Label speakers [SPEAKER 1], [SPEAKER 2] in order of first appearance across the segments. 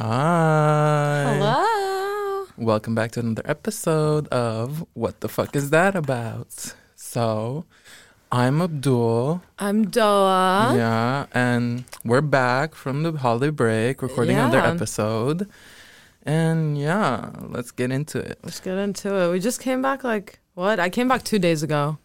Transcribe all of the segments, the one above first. [SPEAKER 1] Hi.
[SPEAKER 2] Hello.
[SPEAKER 1] Welcome back to another episode of What the Fuck Is That About? So, I'm Abdul.
[SPEAKER 2] I'm Doa.
[SPEAKER 1] Yeah. And we're back from the holiday break, recording another
[SPEAKER 2] Yeah.
[SPEAKER 1] episode. And yeah, let's get into it.
[SPEAKER 2] Let's get into it. We just came back like what? I came back two days ago.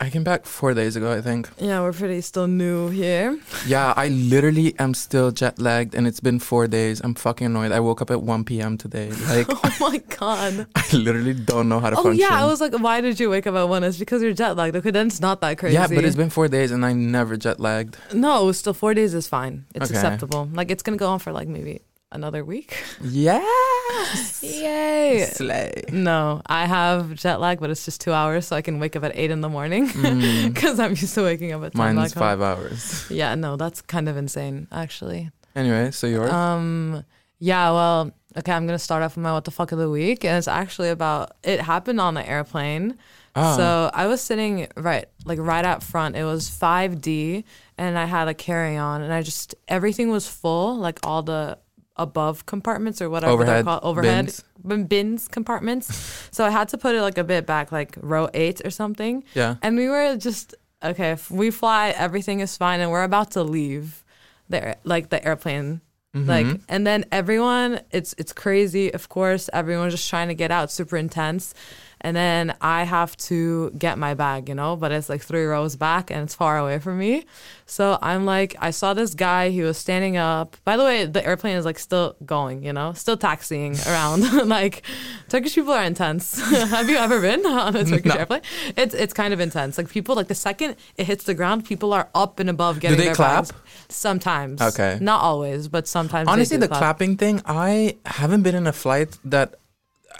[SPEAKER 1] I came back four days ago, I think.
[SPEAKER 2] Yeah, we're pretty still new here.
[SPEAKER 1] Yeah, I literally am still jet lagged and it's been four days. I'm fucking annoyed. I woke up at 1 p.m. today. Like,
[SPEAKER 2] oh my god.
[SPEAKER 1] I literally don't know how to
[SPEAKER 2] Oh
[SPEAKER 1] function.
[SPEAKER 2] yeah, I was like, why did you wake up at one? It's because you're jet lagged. Okay, then it's not that crazy.
[SPEAKER 1] Yeah, but it's been four days and I never jet lagged.
[SPEAKER 2] no, it was still four days is fine. It's
[SPEAKER 1] Okay.
[SPEAKER 2] acceptable. Like it's gonna go on for like maybe another week.
[SPEAKER 1] Yes.
[SPEAKER 2] Yay.
[SPEAKER 1] Slay.
[SPEAKER 2] No, I have jet lag, but it's just two hours, so I can wake up at eight in the morning because I'm used to waking up at ten.
[SPEAKER 1] Mine's
[SPEAKER 2] back home.
[SPEAKER 1] Mm. five hours.
[SPEAKER 2] Yeah, no, that's kind of insane, actually.
[SPEAKER 1] Anyway, so yours?
[SPEAKER 2] Um, yeah, well, okay, I'm gonna start off with my what the fuck of the week, and it's actually about it happened on the airplane.
[SPEAKER 1] Ah.
[SPEAKER 2] So I was sitting right, like right out front. It was 5D, and I had a carry on, and I just everything was full, like all the above compartments or whatever they're
[SPEAKER 1] Overhead
[SPEAKER 2] called, overhead
[SPEAKER 1] bins.
[SPEAKER 2] bin- bins compartments. so I had to put it like a bit back, like row eight or something.
[SPEAKER 1] Yeah.
[SPEAKER 2] And we were just okay. If we fly, everything is fine, and we're about to leave the like the airplane. Like
[SPEAKER 1] Mm-hmm.
[SPEAKER 2] and then everyone, it's it's crazy. Of course, everyone's just trying to get out, super intense. And then I have to get my bag, you know, but it's like three rows back and it's far away from me. So I'm like, I saw this guy. He was standing up. By the way, the airplane is like still going, you know, still taxiing around. like Turkish people are intense. have you ever been on a Turkish airplane? It's it's kind of intense. Like people, like the second it hits the ground, people are up and above getting.
[SPEAKER 1] they
[SPEAKER 2] their
[SPEAKER 1] clap?
[SPEAKER 2] bags. Sometimes.
[SPEAKER 1] Okay.
[SPEAKER 2] Not always, but sometimes. they
[SPEAKER 1] Honestly,
[SPEAKER 2] do
[SPEAKER 1] the
[SPEAKER 2] clap.
[SPEAKER 1] clapping thing, I haven't been in a flight that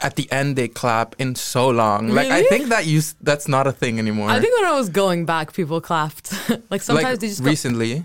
[SPEAKER 1] at the end they clap in so long. Like, I
[SPEAKER 2] Really?
[SPEAKER 1] think that you, s- that's not a thing anymore.
[SPEAKER 2] I think when I was going back, people clapped. like sometimes
[SPEAKER 1] like,
[SPEAKER 2] they just. go-
[SPEAKER 1] recently.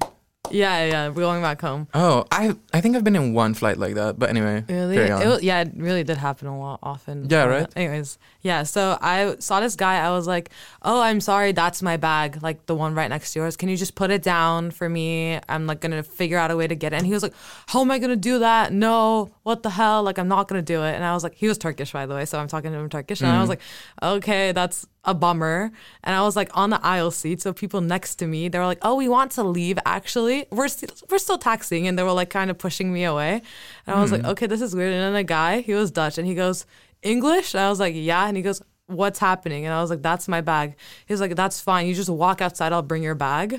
[SPEAKER 2] yeah, yeah. We're going back home.
[SPEAKER 1] Oh, I I think I've been in one flight like that. But anyway,
[SPEAKER 2] Really?
[SPEAKER 1] carry
[SPEAKER 2] It
[SPEAKER 1] on.
[SPEAKER 2] wa- yeah, it really did happen a lot often.
[SPEAKER 1] Yeah,
[SPEAKER 2] Uh,
[SPEAKER 1] right?
[SPEAKER 2] Anyways, yeah. So I saw this guy. I was like, "Oh, I'm sorry, that's my bag, like the one right next to yours. Can you just put it down for me? I'm like gonna figure out a way to get it." And he was like, "How am I gonna do that? No, what the hell? Like, I'm not gonna do it." And I was like, he was Turkish, by the way, so I'm talking to him in Turkish, and I was like, "Okay, that's." A bummer, and I was like on the aisle seat, so people next to me they were like, "Oh, we want to leave. Actually, we're st- we're still taxiing," and they were like kind of pushing me away, and I was like, okay, this is weird. And then a guy, he was Dutch, and he goes, English? And I was like, yeah. And he goes, what's happening? And I was like, that's my bag. He was like, that's fine. You just walk outside, I'll bring your bag.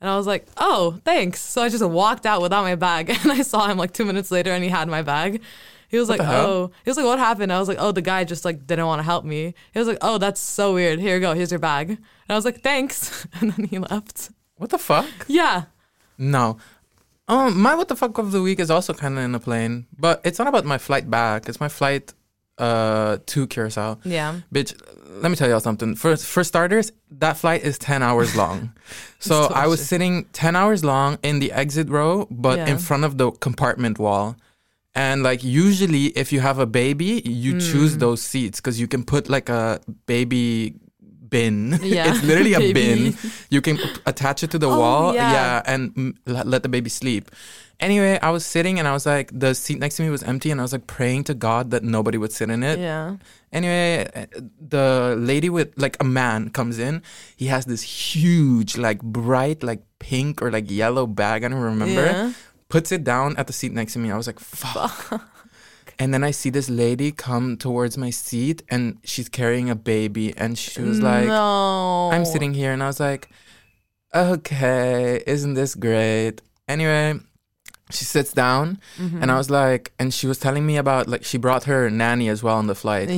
[SPEAKER 2] And I was like, oh, thanks. So I just walked out without my bag. And I saw him like two minutes later, and he had my bag. He was like,
[SPEAKER 1] hell?
[SPEAKER 2] oh, he was like, what happened? I was like, oh, the guy just like didn't want to help me. He was like, oh, that's so weird. Here you go. Here's your bag. And I was like, thanks. And then he left.
[SPEAKER 1] what the fuck?
[SPEAKER 2] Yeah.
[SPEAKER 1] No. Um, my what the fuck of the week is also kind of in a plane, but it's not about my flight back. It's my flight uh to Curacao.
[SPEAKER 2] Yeah.
[SPEAKER 1] Bitch, let me tell y'all something. For for starters, that flight is ten hours long. so I was
[SPEAKER 2] torture.
[SPEAKER 1] sitting ten hours long in the exit row, but in
[SPEAKER 2] Yeah.
[SPEAKER 1] front of the compartment wall. And like usually, if you have a baby,
[SPEAKER 2] Hmm.
[SPEAKER 1] you choose those seats because you can put like a baby bin.
[SPEAKER 2] Yeah.
[SPEAKER 1] it's literally a bin.
[SPEAKER 2] Baby.
[SPEAKER 1] You can p- attach it to the
[SPEAKER 2] Oh,
[SPEAKER 1] wall.
[SPEAKER 2] yeah.
[SPEAKER 1] and mm, let, let the baby sleep. Anyway, I was sitting and I was like, the seat next to me was empty, and I was like praying to God that nobody would sit in it.
[SPEAKER 2] Yeah.
[SPEAKER 1] Anyway, uh, the lady with like a man comes in. He has this huge, like bright, like pink or like yellow bag. I don't remember.
[SPEAKER 2] Yeah.
[SPEAKER 1] Puts it down at the seat next to me. I was like, fuck. And then I see this lady come towards my seat and she's carrying a baby. And she was like,
[SPEAKER 2] no.
[SPEAKER 1] I'm sitting here and I was like, okay, isn't this great? Anyway, she sits down
[SPEAKER 2] Mm-hmm.
[SPEAKER 1] and I was like, and she was telling me about like she brought her nanny as well on the flight.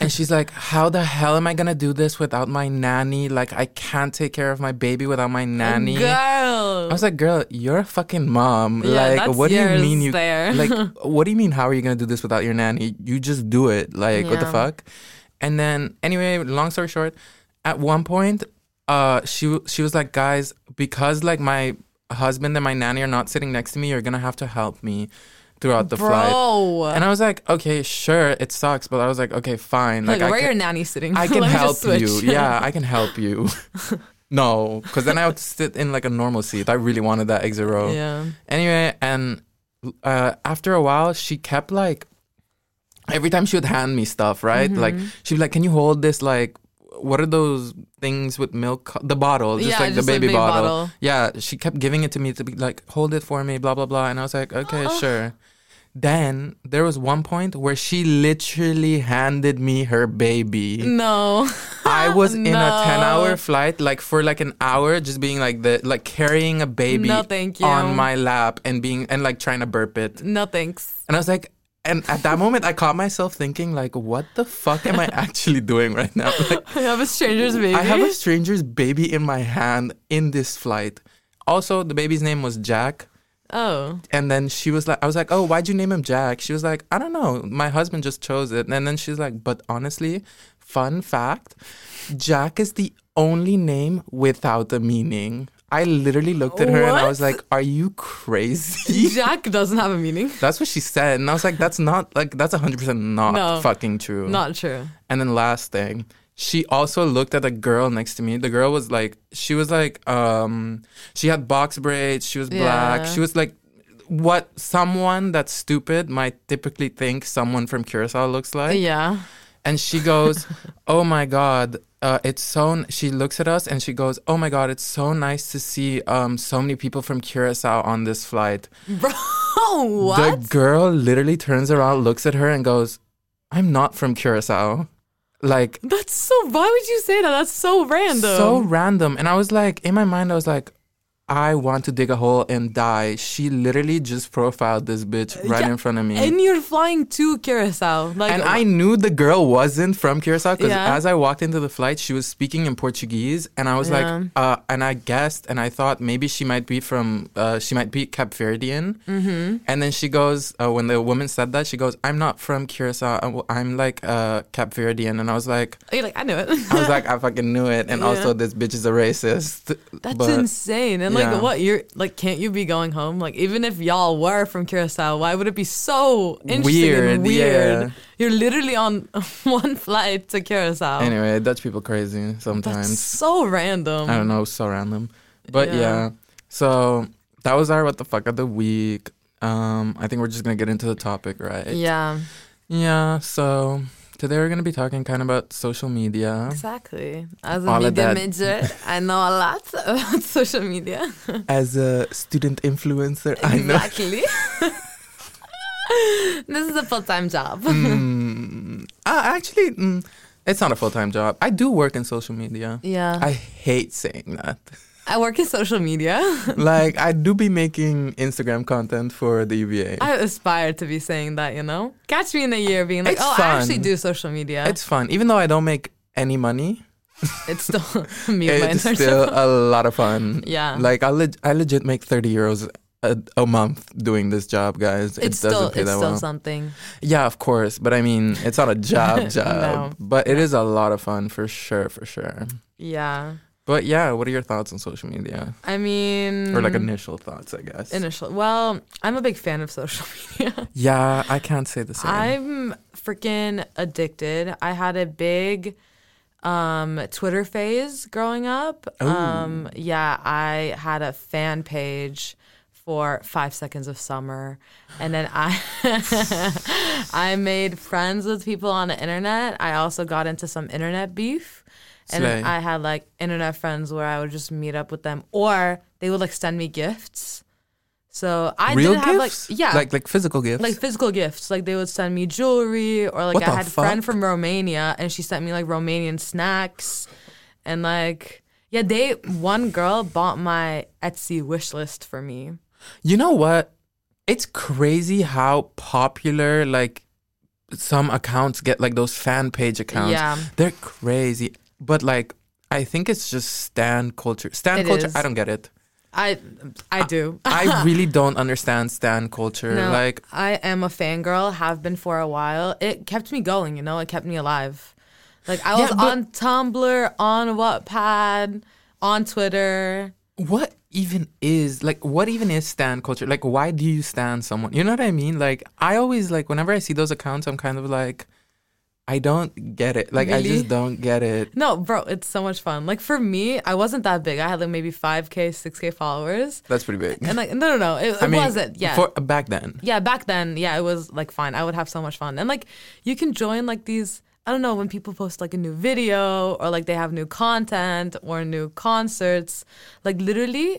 [SPEAKER 1] and she's like, how the hell am I gonna do this without my nanny? Like, I can't take care of my baby without
[SPEAKER 2] Oh
[SPEAKER 1] my nanny.
[SPEAKER 2] Girl.
[SPEAKER 1] I was like, girl, you're a fucking mom.
[SPEAKER 2] Yeah,
[SPEAKER 1] like,
[SPEAKER 2] that's
[SPEAKER 1] what do you
[SPEAKER 2] yours
[SPEAKER 1] mean you
[SPEAKER 2] there.
[SPEAKER 1] like? What do you mean? How are you gonna do this without your nanny? You just do it. Like, what the
[SPEAKER 2] Yeah.
[SPEAKER 1] fuck? And then, anyway, long story short, at one point, uh, she w- she was like, guys, because like my husband and my nanny are not sitting next to me, you're gonna have to help me throughout the flight.
[SPEAKER 2] Bro.
[SPEAKER 1] And I was like, okay, sure, it sucks, but I was like, okay, fine.
[SPEAKER 2] Like,
[SPEAKER 1] I
[SPEAKER 2] where
[SPEAKER 1] ca-
[SPEAKER 2] your nanny sitting?
[SPEAKER 1] I can
[SPEAKER 2] Let me
[SPEAKER 1] help
[SPEAKER 2] just
[SPEAKER 1] you.
[SPEAKER 2] switch.
[SPEAKER 1] Yeah, I can help you. no, because then I would sit in like a normal seat. I really wanted that exit row.
[SPEAKER 2] Yeah.
[SPEAKER 1] Anyway, and uh, after a while, she kept like every time she would hand me stuff, right? Like she'd be like, "Can you hold this? Like, what are those things with milk? co- The bottle, just
[SPEAKER 2] Yeah,
[SPEAKER 1] like
[SPEAKER 2] just
[SPEAKER 1] the
[SPEAKER 2] a
[SPEAKER 1] baby
[SPEAKER 2] big
[SPEAKER 1] bottle.
[SPEAKER 2] bottle.
[SPEAKER 1] Yeah, she kept giving it to me to be like, "Hold it for me," blah blah blah, and I was like, "Okay, sure." Then there was one point where she literally handed me her baby.
[SPEAKER 2] No.
[SPEAKER 1] I was in a
[SPEAKER 2] No.
[SPEAKER 1] 10 hour flight, like for like an hour, just being like the, like carrying a baby
[SPEAKER 2] No, thank you.
[SPEAKER 1] on my lap and being, and like trying to burp it.
[SPEAKER 2] No thanks.
[SPEAKER 1] And I was like, and at that moment, I caught myself thinking, like, what the fuck am I actually doing right now? Like,
[SPEAKER 2] I have a stranger's baby.
[SPEAKER 1] I have a stranger's baby in my hand in this flight. Also, the baby's name was Jack.
[SPEAKER 2] oh.
[SPEAKER 1] And then she was like, I was like, oh, why'd you name him Jack? She was like, I don't know. My husband just chose it. And then she's like, but honestly, fun fact Jack is the only name without a meaning. I literally looked at her and I was like, are you crazy?
[SPEAKER 2] Jack doesn't have a meaning.
[SPEAKER 1] that's what she said. And I was like, that's not, like, that's 100% not
[SPEAKER 2] No.
[SPEAKER 1] fucking true.
[SPEAKER 2] Not true.
[SPEAKER 1] And then last thing, she also looked at a girl next to me. The girl was like, she was like, um, she had box braids. She was black.
[SPEAKER 2] Yeah.
[SPEAKER 1] She was like, what someone that's stupid might typically think someone from Curacao looks like.
[SPEAKER 2] Yeah.
[SPEAKER 1] And she goes, oh my god. Uh, it's so. N-. She looks at us and she goes, "Oh my god, it's so nice to see um, so many people from Curacao on this flight."
[SPEAKER 2] Bro, Oh, what?
[SPEAKER 1] The girl literally turns around, looks at her, and goes, "I'm not from Curacao." Like
[SPEAKER 2] That's so. Why would you say that? That's so random.
[SPEAKER 1] So random. And I was like, in my mind, I was like, I want to dig a hole and die. She literally just profiled this bitch right
[SPEAKER 2] yeah,
[SPEAKER 1] in front of me. And,
[SPEAKER 2] and you're flying to Curacao. Like,
[SPEAKER 1] I knew the girl wasn't from Curacao because
[SPEAKER 2] Yeah.
[SPEAKER 1] as I walked into the flight, she was speaking in Portuguese. And I was
[SPEAKER 2] Yeah.
[SPEAKER 1] like, uh, and I guessed and I thought maybe she might be from, uh, she might be Cap Verdean. Mm-hmm. And then she goes, uh, when the woman said that, she goes, I'm not from Curacao. I'm- I'm like uh, Cap Verdean. And I was like,
[SPEAKER 2] you're like, I knew it.
[SPEAKER 1] I was like, I fucking knew it. And
[SPEAKER 2] Yeah.
[SPEAKER 1] also, this bitch is a racist.
[SPEAKER 2] That's
[SPEAKER 1] But-
[SPEAKER 2] insane. And like,
[SPEAKER 1] yeah.
[SPEAKER 2] what you're like, can't you be going home? Like, even if y'all were from Curacao, why would it be so interesting
[SPEAKER 1] Weird,
[SPEAKER 2] and weird?
[SPEAKER 1] yeah.
[SPEAKER 2] You're literally on one flight to Curacao.
[SPEAKER 1] Anyway, Dutch people crazy
[SPEAKER 2] Oh. That's
[SPEAKER 1] sometimes.
[SPEAKER 2] so random.
[SPEAKER 1] I don't know, so random. But yeah.
[SPEAKER 2] Yeah.
[SPEAKER 1] So that was our what the fuck of the week. Um, I think we're just gonna get into the topic, right?
[SPEAKER 2] Yeah,
[SPEAKER 1] Yeah, so today we're gonna be talking kind of about social media.
[SPEAKER 2] exactly. As a
[SPEAKER 1] All of that.
[SPEAKER 2] media major, I know a lot about social media.
[SPEAKER 1] As a student influencer, I know.
[SPEAKER 2] Exactly. this is a full time job.
[SPEAKER 1] Mm, ah, actually, mm, it's not a full time job. I do work in social media.
[SPEAKER 2] Yeah.
[SPEAKER 1] I hate saying that.
[SPEAKER 2] I work in social media.
[SPEAKER 1] like, I do be making Instagram content for the UVA.
[SPEAKER 2] I aspire to be saying that, you know? Catch me in a year being like,
[SPEAKER 1] It's
[SPEAKER 2] oh, I actually
[SPEAKER 1] fun.
[SPEAKER 2] do social media.
[SPEAKER 1] It's fun, even though I don't make any money.
[SPEAKER 2] It's still me and my
[SPEAKER 1] it's
[SPEAKER 2] internship.
[SPEAKER 1] still a lot of fun.
[SPEAKER 2] yeah.
[SPEAKER 1] Like I, leg- I legit make thirty euros a, a month doing this job, guys.
[SPEAKER 2] it's
[SPEAKER 1] it doesn't
[SPEAKER 2] still
[SPEAKER 1] pay
[SPEAKER 2] it's
[SPEAKER 1] that
[SPEAKER 2] still
[SPEAKER 1] well.
[SPEAKER 2] something.
[SPEAKER 1] yeah, of course, but I mean, it's not a job job,
[SPEAKER 2] No.
[SPEAKER 1] but it is a lot of fun for sure, for sure.
[SPEAKER 2] Yeah.
[SPEAKER 1] But yeah, what are your thoughts on social media
[SPEAKER 2] I mean
[SPEAKER 1] or like initial thoughts? I guess.
[SPEAKER 2] initial well, I'm a big fan of social media.
[SPEAKER 1] yeah, I can't say the same.
[SPEAKER 2] I'm freaking addicted. I had a big um Twitter phase growing up. Um yeah, I had a fan page for 5 seconds of summer and then I I made friends with people on the internet. I also got into some internet beef. And then
[SPEAKER 1] Slay.
[SPEAKER 2] I had like internet friends where I would just meet up with them or they would like send me gifts. So I
[SPEAKER 1] Real
[SPEAKER 2] didn't
[SPEAKER 1] gifts?
[SPEAKER 2] have like yeah,
[SPEAKER 1] like like physical gifts.
[SPEAKER 2] like physical gifts. Like they would send me jewelry, or like
[SPEAKER 1] What
[SPEAKER 2] I
[SPEAKER 1] the
[SPEAKER 2] had a friend
[SPEAKER 1] fuck?
[SPEAKER 2] from Romania, and she sent me like Romanian snacks, and like yeah, they one girl bought my Etsy wish list for me.
[SPEAKER 1] You know what? It's crazy how popular like some accounts get like those fan page accounts.
[SPEAKER 2] Yeah.
[SPEAKER 1] They're crazy. But like I think it's just stan culture. Stan
[SPEAKER 2] It
[SPEAKER 1] culture,
[SPEAKER 2] is.
[SPEAKER 1] I don't get it.
[SPEAKER 2] I I do.
[SPEAKER 1] I really don't understand stan culture.
[SPEAKER 2] No,
[SPEAKER 1] Like
[SPEAKER 2] I am a fangirl, have been for a while. It kept me going, you know, it kept me alive. Like I
[SPEAKER 1] Yeah,
[SPEAKER 2] was
[SPEAKER 1] but-
[SPEAKER 2] on Tumblr, on Wattpad, on Twitter.
[SPEAKER 1] what even is like what even is stan culture? Like why do you stan someone? You know what I mean? Like I always like whenever I see those accounts I'm kind of like I don't get it. Like I
[SPEAKER 2] Really?
[SPEAKER 1] just don't get it.
[SPEAKER 2] No, bro, it's so much fun. Like for me, I wasn't that big. I had like maybe 5k, 6k followers.
[SPEAKER 1] That's pretty big.
[SPEAKER 2] And like no, no, no. It, it
[SPEAKER 1] I mean,
[SPEAKER 2] wasn't. Yeah.
[SPEAKER 1] For, back then.
[SPEAKER 2] yeah, back then, yeah, it was like fine. I would have so much fun. And like you can join like these I don't know, when people post like a new video or like they have new content or new concerts, like literally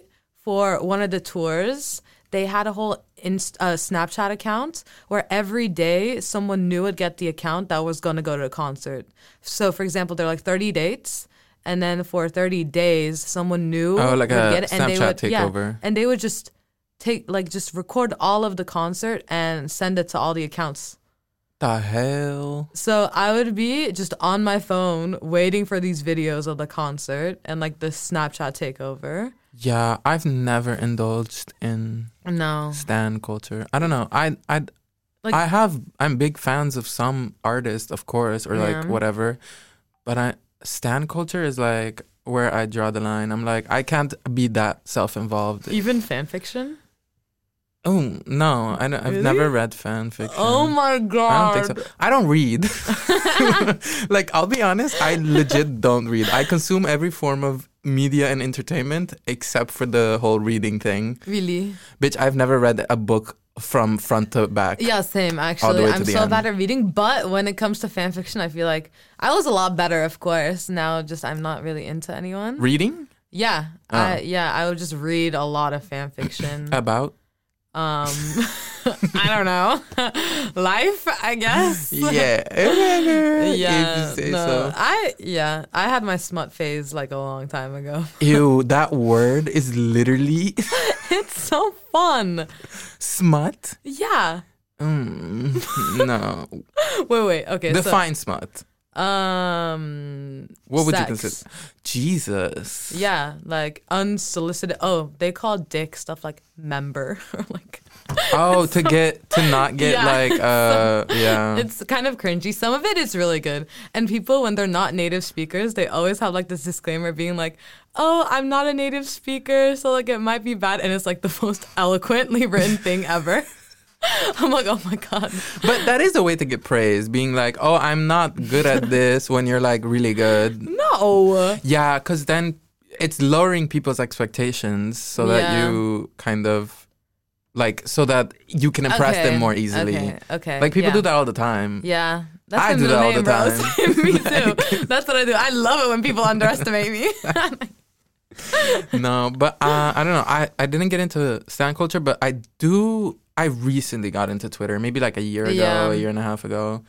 [SPEAKER 2] for one of the tours, they had a whole inst- uh, Snapchat account where every day someone new would get the account that was going to go to a concert. So for example, they're like 30 dates and then for 30 days someone new
[SPEAKER 1] Oh, like
[SPEAKER 2] would
[SPEAKER 1] a
[SPEAKER 2] get it, and they
[SPEAKER 1] Snapchat
[SPEAKER 2] would, Yeah,
[SPEAKER 1] takeover.
[SPEAKER 2] and they would just take like just record all of the concert and send it to all the accounts.
[SPEAKER 1] The hell.
[SPEAKER 2] So I would be just on my phone waiting for these videos of the concert and like the Snapchat takeover.
[SPEAKER 1] Yeah, I've never indulged in
[SPEAKER 2] No.
[SPEAKER 1] stan culture. I don't know. I I
[SPEAKER 2] Like-
[SPEAKER 1] I have I'm big fans of some artists, of course, or like
[SPEAKER 2] Yeah.
[SPEAKER 1] whatever. But I stan culture is like where I draw the line. I'm like I can't be that self-involved.
[SPEAKER 2] Even fan fiction?
[SPEAKER 1] Oh no, I don't, I've
[SPEAKER 2] Really?
[SPEAKER 1] never read fan fiction.
[SPEAKER 2] Oh my
[SPEAKER 1] I
[SPEAKER 2] god.
[SPEAKER 1] don't think so. I don't read. like, I'll be honest, I legit don't read. I consume every form of media and entertainment except for the whole reading thing.
[SPEAKER 2] Really?
[SPEAKER 1] Bitch, I've never read a book from front to back.
[SPEAKER 2] Yeah, same
[SPEAKER 1] All the
[SPEAKER 2] actually.
[SPEAKER 1] way to
[SPEAKER 2] I'm
[SPEAKER 1] the
[SPEAKER 2] so
[SPEAKER 1] end.
[SPEAKER 2] bad at reading, but when it comes to fan fiction, I feel like I was a lot better, of course. Now just I'm not really into anyone.
[SPEAKER 1] Reading?
[SPEAKER 2] Yeah.
[SPEAKER 1] Oh.
[SPEAKER 2] I yeah, I would just read a lot of fan fiction.
[SPEAKER 1] About?
[SPEAKER 2] um i don't know life i guess
[SPEAKER 1] Yeah. whatever, if you
[SPEAKER 2] yeah
[SPEAKER 1] say
[SPEAKER 2] no,
[SPEAKER 1] so.
[SPEAKER 2] i yeah i had my smut phase like a long time ago
[SPEAKER 1] Ew, that word is literally
[SPEAKER 2] it's so fun
[SPEAKER 1] smut.
[SPEAKER 2] yeah
[SPEAKER 1] Mm, no.
[SPEAKER 2] wait wait okay
[SPEAKER 1] Define smut.
[SPEAKER 2] so um
[SPEAKER 1] What would
[SPEAKER 2] sex.
[SPEAKER 1] you consider? Jesus.
[SPEAKER 2] yeah like unsolicited oh they call dick stuff like member or like
[SPEAKER 1] Oh, to get to not get
[SPEAKER 2] Yeah.
[SPEAKER 1] like uh yeah.
[SPEAKER 2] It's kind of cringy. Some of it is really good. And people, when they're not native speakers, they always have like this disclaimer being like, oh, I'm not a native speaker, so like it might be bad. And it's like the most eloquently written thing ever. I'm like, oh my God.
[SPEAKER 1] But that is a way to get praise, being like, "Oh, I'm not good at this," when you're like really good.
[SPEAKER 2] No.
[SPEAKER 1] Yeah, because then it's lowering people's expectations so
[SPEAKER 2] Yeah.
[SPEAKER 1] that you kind of like so that you can impress
[SPEAKER 2] Okay,
[SPEAKER 1] them more easily.
[SPEAKER 2] Okay. okay,
[SPEAKER 1] Like people
[SPEAKER 2] yeah.
[SPEAKER 1] do that all the time.
[SPEAKER 2] Yeah. That's
[SPEAKER 1] I
[SPEAKER 2] my
[SPEAKER 1] do
[SPEAKER 2] middle
[SPEAKER 1] that all
[SPEAKER 2] name,
[SPEAKER 1] the
[SPEAKER 2] bro.
[SPEAKER 1] time.
[SPEAKER 2] me too. That's what I do. I love it when people underestimate me.
[SPEAKER 1] no, but uh, I don't know. I I didn't get into stan culture, but I do. I recently got into Twitter, maybe like a year ago, a
[SPEAKER 2] Yeah.
[SPEAKER 1] year and a half ago.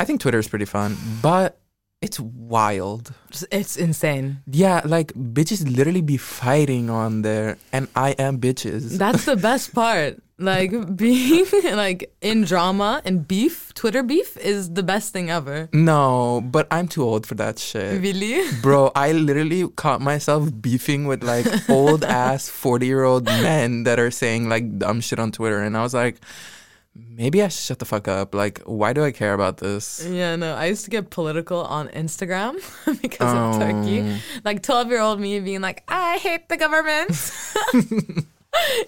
[SPEAKER 1] I think Twitter is pretty fun, but it's wild.
[SPEAKER 2] it's insane.
[SPEAKER 1] Yeah, like bitches literally be fighting on there, and I am bitches.
[SPEAKER 2] That's the best part. Like being like in drama and beef, Twitter beef is the best thing ever.
[SPEAKER 1] no, but I'm too old for that shit.
[SPEAKER 2] Really?
[SPEAKER 1] Bro, I literally caught myself beefing with like old ass 40 year old men that are saying like dumb shit on Twitter. And I was like, maybe I should shut the fuck up. Like, why do I care about this?
[SPEAKER 2] Yeah, no. I used to get political on Instagram because of Turkey. Like 12 year old me being like, I hate the government.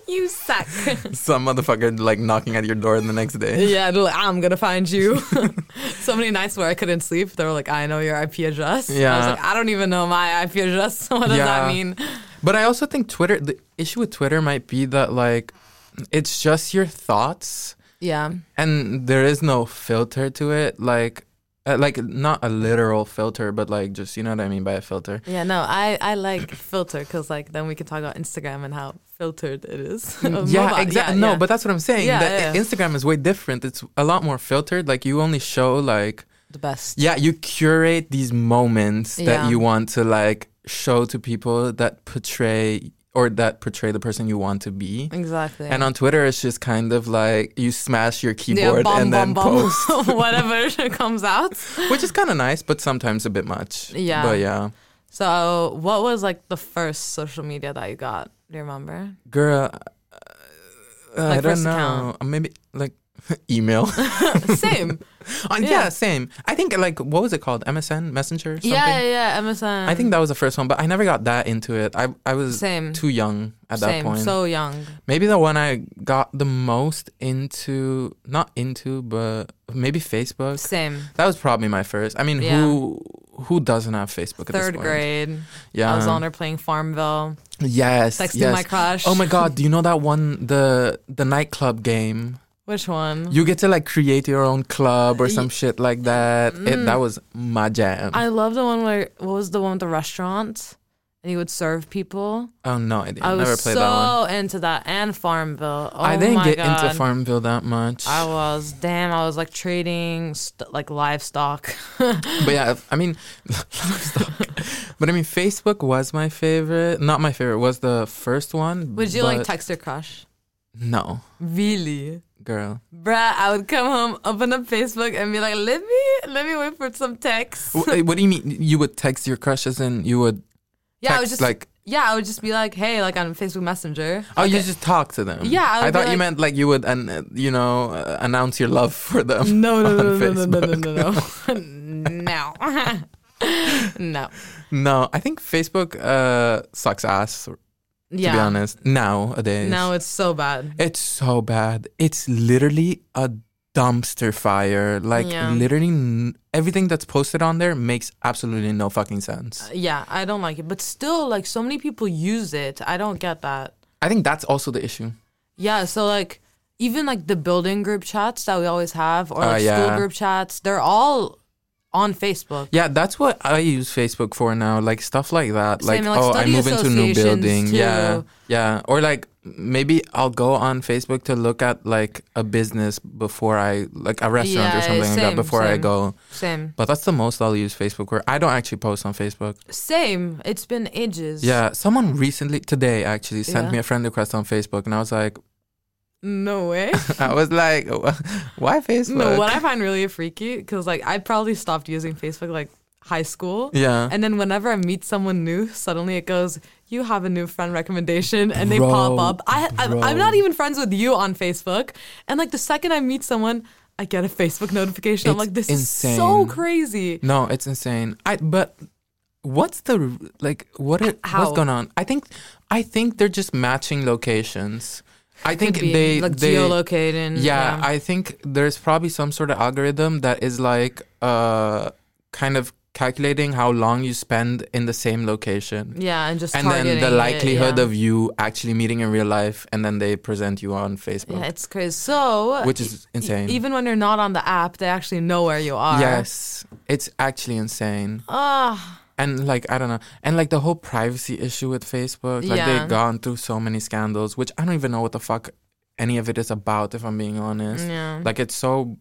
[SPEAKER 2] you suck.
[SPEAKER 1] Some motherfucker like knocking at your door the next day.
[SPEAKER 2] Mm. yeah, they're like, I'm going to find you. so many nights where I couldn't sleep, they were like, I know your IP address. I was
[SPEAKER 1] Yeah.
[SPEAKER 2] like, I don't even know my IP address. So what does that
[SPEAKER 1] Yeah.
[SPEAKER 2] mean?
[SPEAKER 1] But I also think Twitter, the issue with Twitter might be that like it's just your thoughts.
[SPEAKER 2] Yeah.
[SPEAKER 1] and there is no filter to it like uh, like not a literal filter but like just you know what i mean by a filter
[SPEAKER 2] Yeah, no, I, I like filter because like then we can talk about Instagram and how filtered it is. Of mobile.
[SPEAKER 1] yeah exactly no
[SPEAKER 2] yeah.
[SPEAKER 1] but that's what i'm saying
[SPEAKER 2] Yeah,
[SPEAKER 1] that
[SPEAKER 2] yeah.
[SPEAKER 1] instagram is way different it's a lot more filtered like you only show like
[SPEAKER 2] the best.
[SPEAKER 1] yeah you curate these moments
[SPEAKER 2] Yeah.
[SPEAKER 1] that you want to like show to people that portray or that portray the person you want to be
[SPEAKER 2] Exactly.
[SPEAKER 1] and on twitter it's just kind of like you smash your keyboard
[SPEAKER 2] bomb,
[SPEAKER 1] and then
[SPEAKER 2] bomb, bomb.
[SPEAKER 1] post
[SPEAKER 2] whatever comes out.
[SPEAKER 1] which is kind of nice but sometimes a bit much
[SPEAKER 2] Yeah.
[SPEAKER 1] but yeah
[SPEAKER 2] So, what was like the first social media that you got? Do you remember?
[SPEAKER 1] Girl, uh, I
[SPEAKER 2] Like,
[SPEAKER 1] don't
[SPEAKER 2] first
[SPEAKER 1] know. Uh,
[SPEAKER 2] account.
[SPEAKER 1] Maybe like email.
[SPEAKER 2] Same.
[SPEAKER 1] Uh, yeah.
[SPEAKER 2] Yeah.
[SPEAKER 1] same. I think like what was it called? MSN Messenger. or Something?
[SPEAKER 2] Yeah, yeah, yeah, MSN.
[SPEAKER 1] I think that was the first one, but I never got that into it. I I was
[SPEAKER 2] Same.
[SPEAKER 1] too young at that
[SPEAKER 2] Same.
[SPEAKER 1] point.
[SPEAKER 2] So young.
[SPEAKER 1] maybe the one I got the most into, not into, but maybe Facebook.
[SPEAKER 2] Same.
[SPEAKER 1] That was probably my first. I mean, who who doesn't have Facebook at
[SPEAKER 2] Third
[SPEAKER 1] this point?
[SPEAKER 2] grade.
[SPEAKER 1] Yeah.
[SPEAKER 2] I was on her playing Farmville,
[SPEAKER 1] Yes.
[SPEAKER 2] texting
[SPEAKER 1] yes.
[SPEAKER 2] my crush.
[SPEAKER 1] Oh my god, do you know that one the the nightclub game?
[SPEAKER 2] Which one?
[SPEAKER 1] You get to like create your own club or some shit like that. It,
[SPEAKER 2] Mm.
[SPEAKER 1] that was my jam.
[SPEAKER 2] I love the one where what was the one with the restaurant, and you would serve people.
[SPEAKER 1] oh no, I, did.
[SPEAKER 2] I
[SPEAKER 1] I
[SPEAKER 2] was
[SPEAKER 1] never played
[SPEAKER 2] so
[SPEAKER 1] that one.
[SPEAKER 2] into that and Farmville. Oh
[SPEAKER 1] I didn't
[SPEAKER 2] my
[SPEAKER 1] get
[SPEAKER 2] God.
[SPEAKER 1] into Farmville that much.
[SPEAKER 2] I was damn. I was like trading st- like livestock.
[SPEAKER 1] but yeah, I mean, livestock. but I mean, Facebook was my favorite. Not my favorite. Was the first one.
[SPEAKER 2] Would you like
[SPEAKER 1] but-
[SPEAKER 2] text your crush?
[SPEAKER 1] No,
[SPEAKER 2] Really,
[SPEAKER 1] girl.
[SPEAKER 2] bruh? I would come home, open up Facebook, and be like, "Let me, let me wait for some texts."
[SPEAKER 1] Wh- eh, what do you mean? You would text your crushes and you would
[SPEAKER 2] yeah, I would
[SPEAKER 1] text,
[SPEAKER 2] just
[SPEAKER 1] like-
[SPEAKER 2] yeah, I would just be like, "Hey, like on Facebook Messenger."
[SPEAKER 1] Oh, you just talk to them.
[SPEAKER 2] Yeah, I
[SPEAKER 1] I,
[SPEAKER 2] would be
[SPEAKER 1] thought you
[SPEAKER 2] like-
[SPEAKER 1] meant like you would, and uh, you know, uh, announce your love for them.
[SPEAKER 2] No, no, no,
[SPEAKER 1] on
[SPEAKER 2] no, no, no, no, no, no, no, no.
[SPEAKER 1] No, I think Facebook uh, sucks ass. To
[SPEAKER 2] Yeah.
[SPEAKER 1] be honest, nowadays,
[SPEAKER 2] Now it's so bad.
[SPEAKER 1] it's so bad. It's literally a dumpster fire. Like
[SPEAKER 2] Yeah.
[SPEAKER 1] literally, n- everything that's posted on there makes absolutely no fucking sense.
[SPEAKER 2] Uh, Yeah, I don't like it. But still, like, so many people use it. I don't get that.
[SPEAKER 1] I think that's also the issue.
[SPEAKER 2] Yeah, so, like, even, like, the building group chats that we always have or,
[SPEAKER 1] Oh,
[SPEAKER 2] like,
[SPEAKER 1] yeah.
[SPEAKER 2] school group chats, they're all on Facebook.
[SPEAKER 1] Yeah, that's what I use Facebook for now. Like stuff like that. Like,
[SPEAKER 2] Same, like,
[SPEAKER 1] oh, I
[SPEAKER 2] study
[SPEAKER 1] move into a new
[SPEAKER 2] associations,
[SPEAKER 1] building. Yeah,
[SPEAKER 2] too.
[SPEAKER 1] yeah. Or like maybe I'll go on Facebook to look at like a business before I like a restaurant
[SPEAKER 2] Yeah,
[SPEAKER 1] or something like that
[SPEAKER 2] same,
[SPEAKER 1] before I
[SPEAKER 2] same.
[SPEAKER 1] go.
[SPEAKER 2] Same.
[SPEAKER 1] But that's the most I'll use Facebook for. I don't actually post on Facebook.
[SPEAKER 2] Same. It's been ages.
[SPEAKER 1] Yeah, someone recently today actually sent
[SPEAKER 2] Yeah.
[SPEAKER 1] me a friend request on Facebook, and I was like,
[SPEAKER 2] No way.
[SPEAKER 1] I was like, why Facebook?
[SPEAKER 2] no, what I find really freaky, because, like, I probably stopped using Facebook, like, high school.
[SPEAKER 1] yeah.
[SPEAKER 2] And then whenever I meet someone new, suddenly it goes, "You have a new friend recommendation," and they
[SPEAKER 1] Bro,
[SPEAKER 2] pop up. I, I
[SPEAKER 1] bro.
[SPEAKER 2] I'm not even friends with you on Facebook, and like the second I meet someone, I get a Facebook notification. I'm
[SPEAKER 1] It's
[SPEAKER 2] like, this is so
[SPEAKER 1] insane.
[SPEAKER 2] crazy.
[SPEAKER 1] No, it's insane. I but what's the like what are,
[SPEAKER 2] How?
[SPEAKER 1] what's going on? I think I think they're just matching locations. I think
[SPEAKER 2] Could be,
[SPEAKER 1] they
[SPEAKER 2] like
[SPEAKER 1] they
[SPEAKER 2] geolocating.
[SPEAKER 1] yeah, I think there's probably some sort of algorithm that is like uh kind of calculating how long you spend in the same location.
[SPEAKER 2] yeah, and just
[SPEAKER 1] And then the
[SPEAKER 2] targeting it,
[SPEAKER 1] likelihood
[SPEAKER 2] yeah.
[SPEAKER 1] of you actually meeting in real life and then they present you on Facebook.
[SPEAKER 2] yeah, it's crazy. So
[SPEAKER 1] which is
[SPEAKER 2] e-
[SPEAKER 1] insane.
[SPEAKER 2] even when you're not on the app, they actually know where you are.
[SPEAKER 1] yes. It's actually insane.
[SPEAKER 2] Ah,
[SPEAKER 1] and like i don't know and like the whole privacy issue with facebook like
[SPEAKER 2] Yeah.
[SPEAKER 1] they've gone through so many scandals which i don't even know what the fuck any of it is about if i'm being honest
[SPEAKER 2] yeah.
[SPEAKER 1] like it's so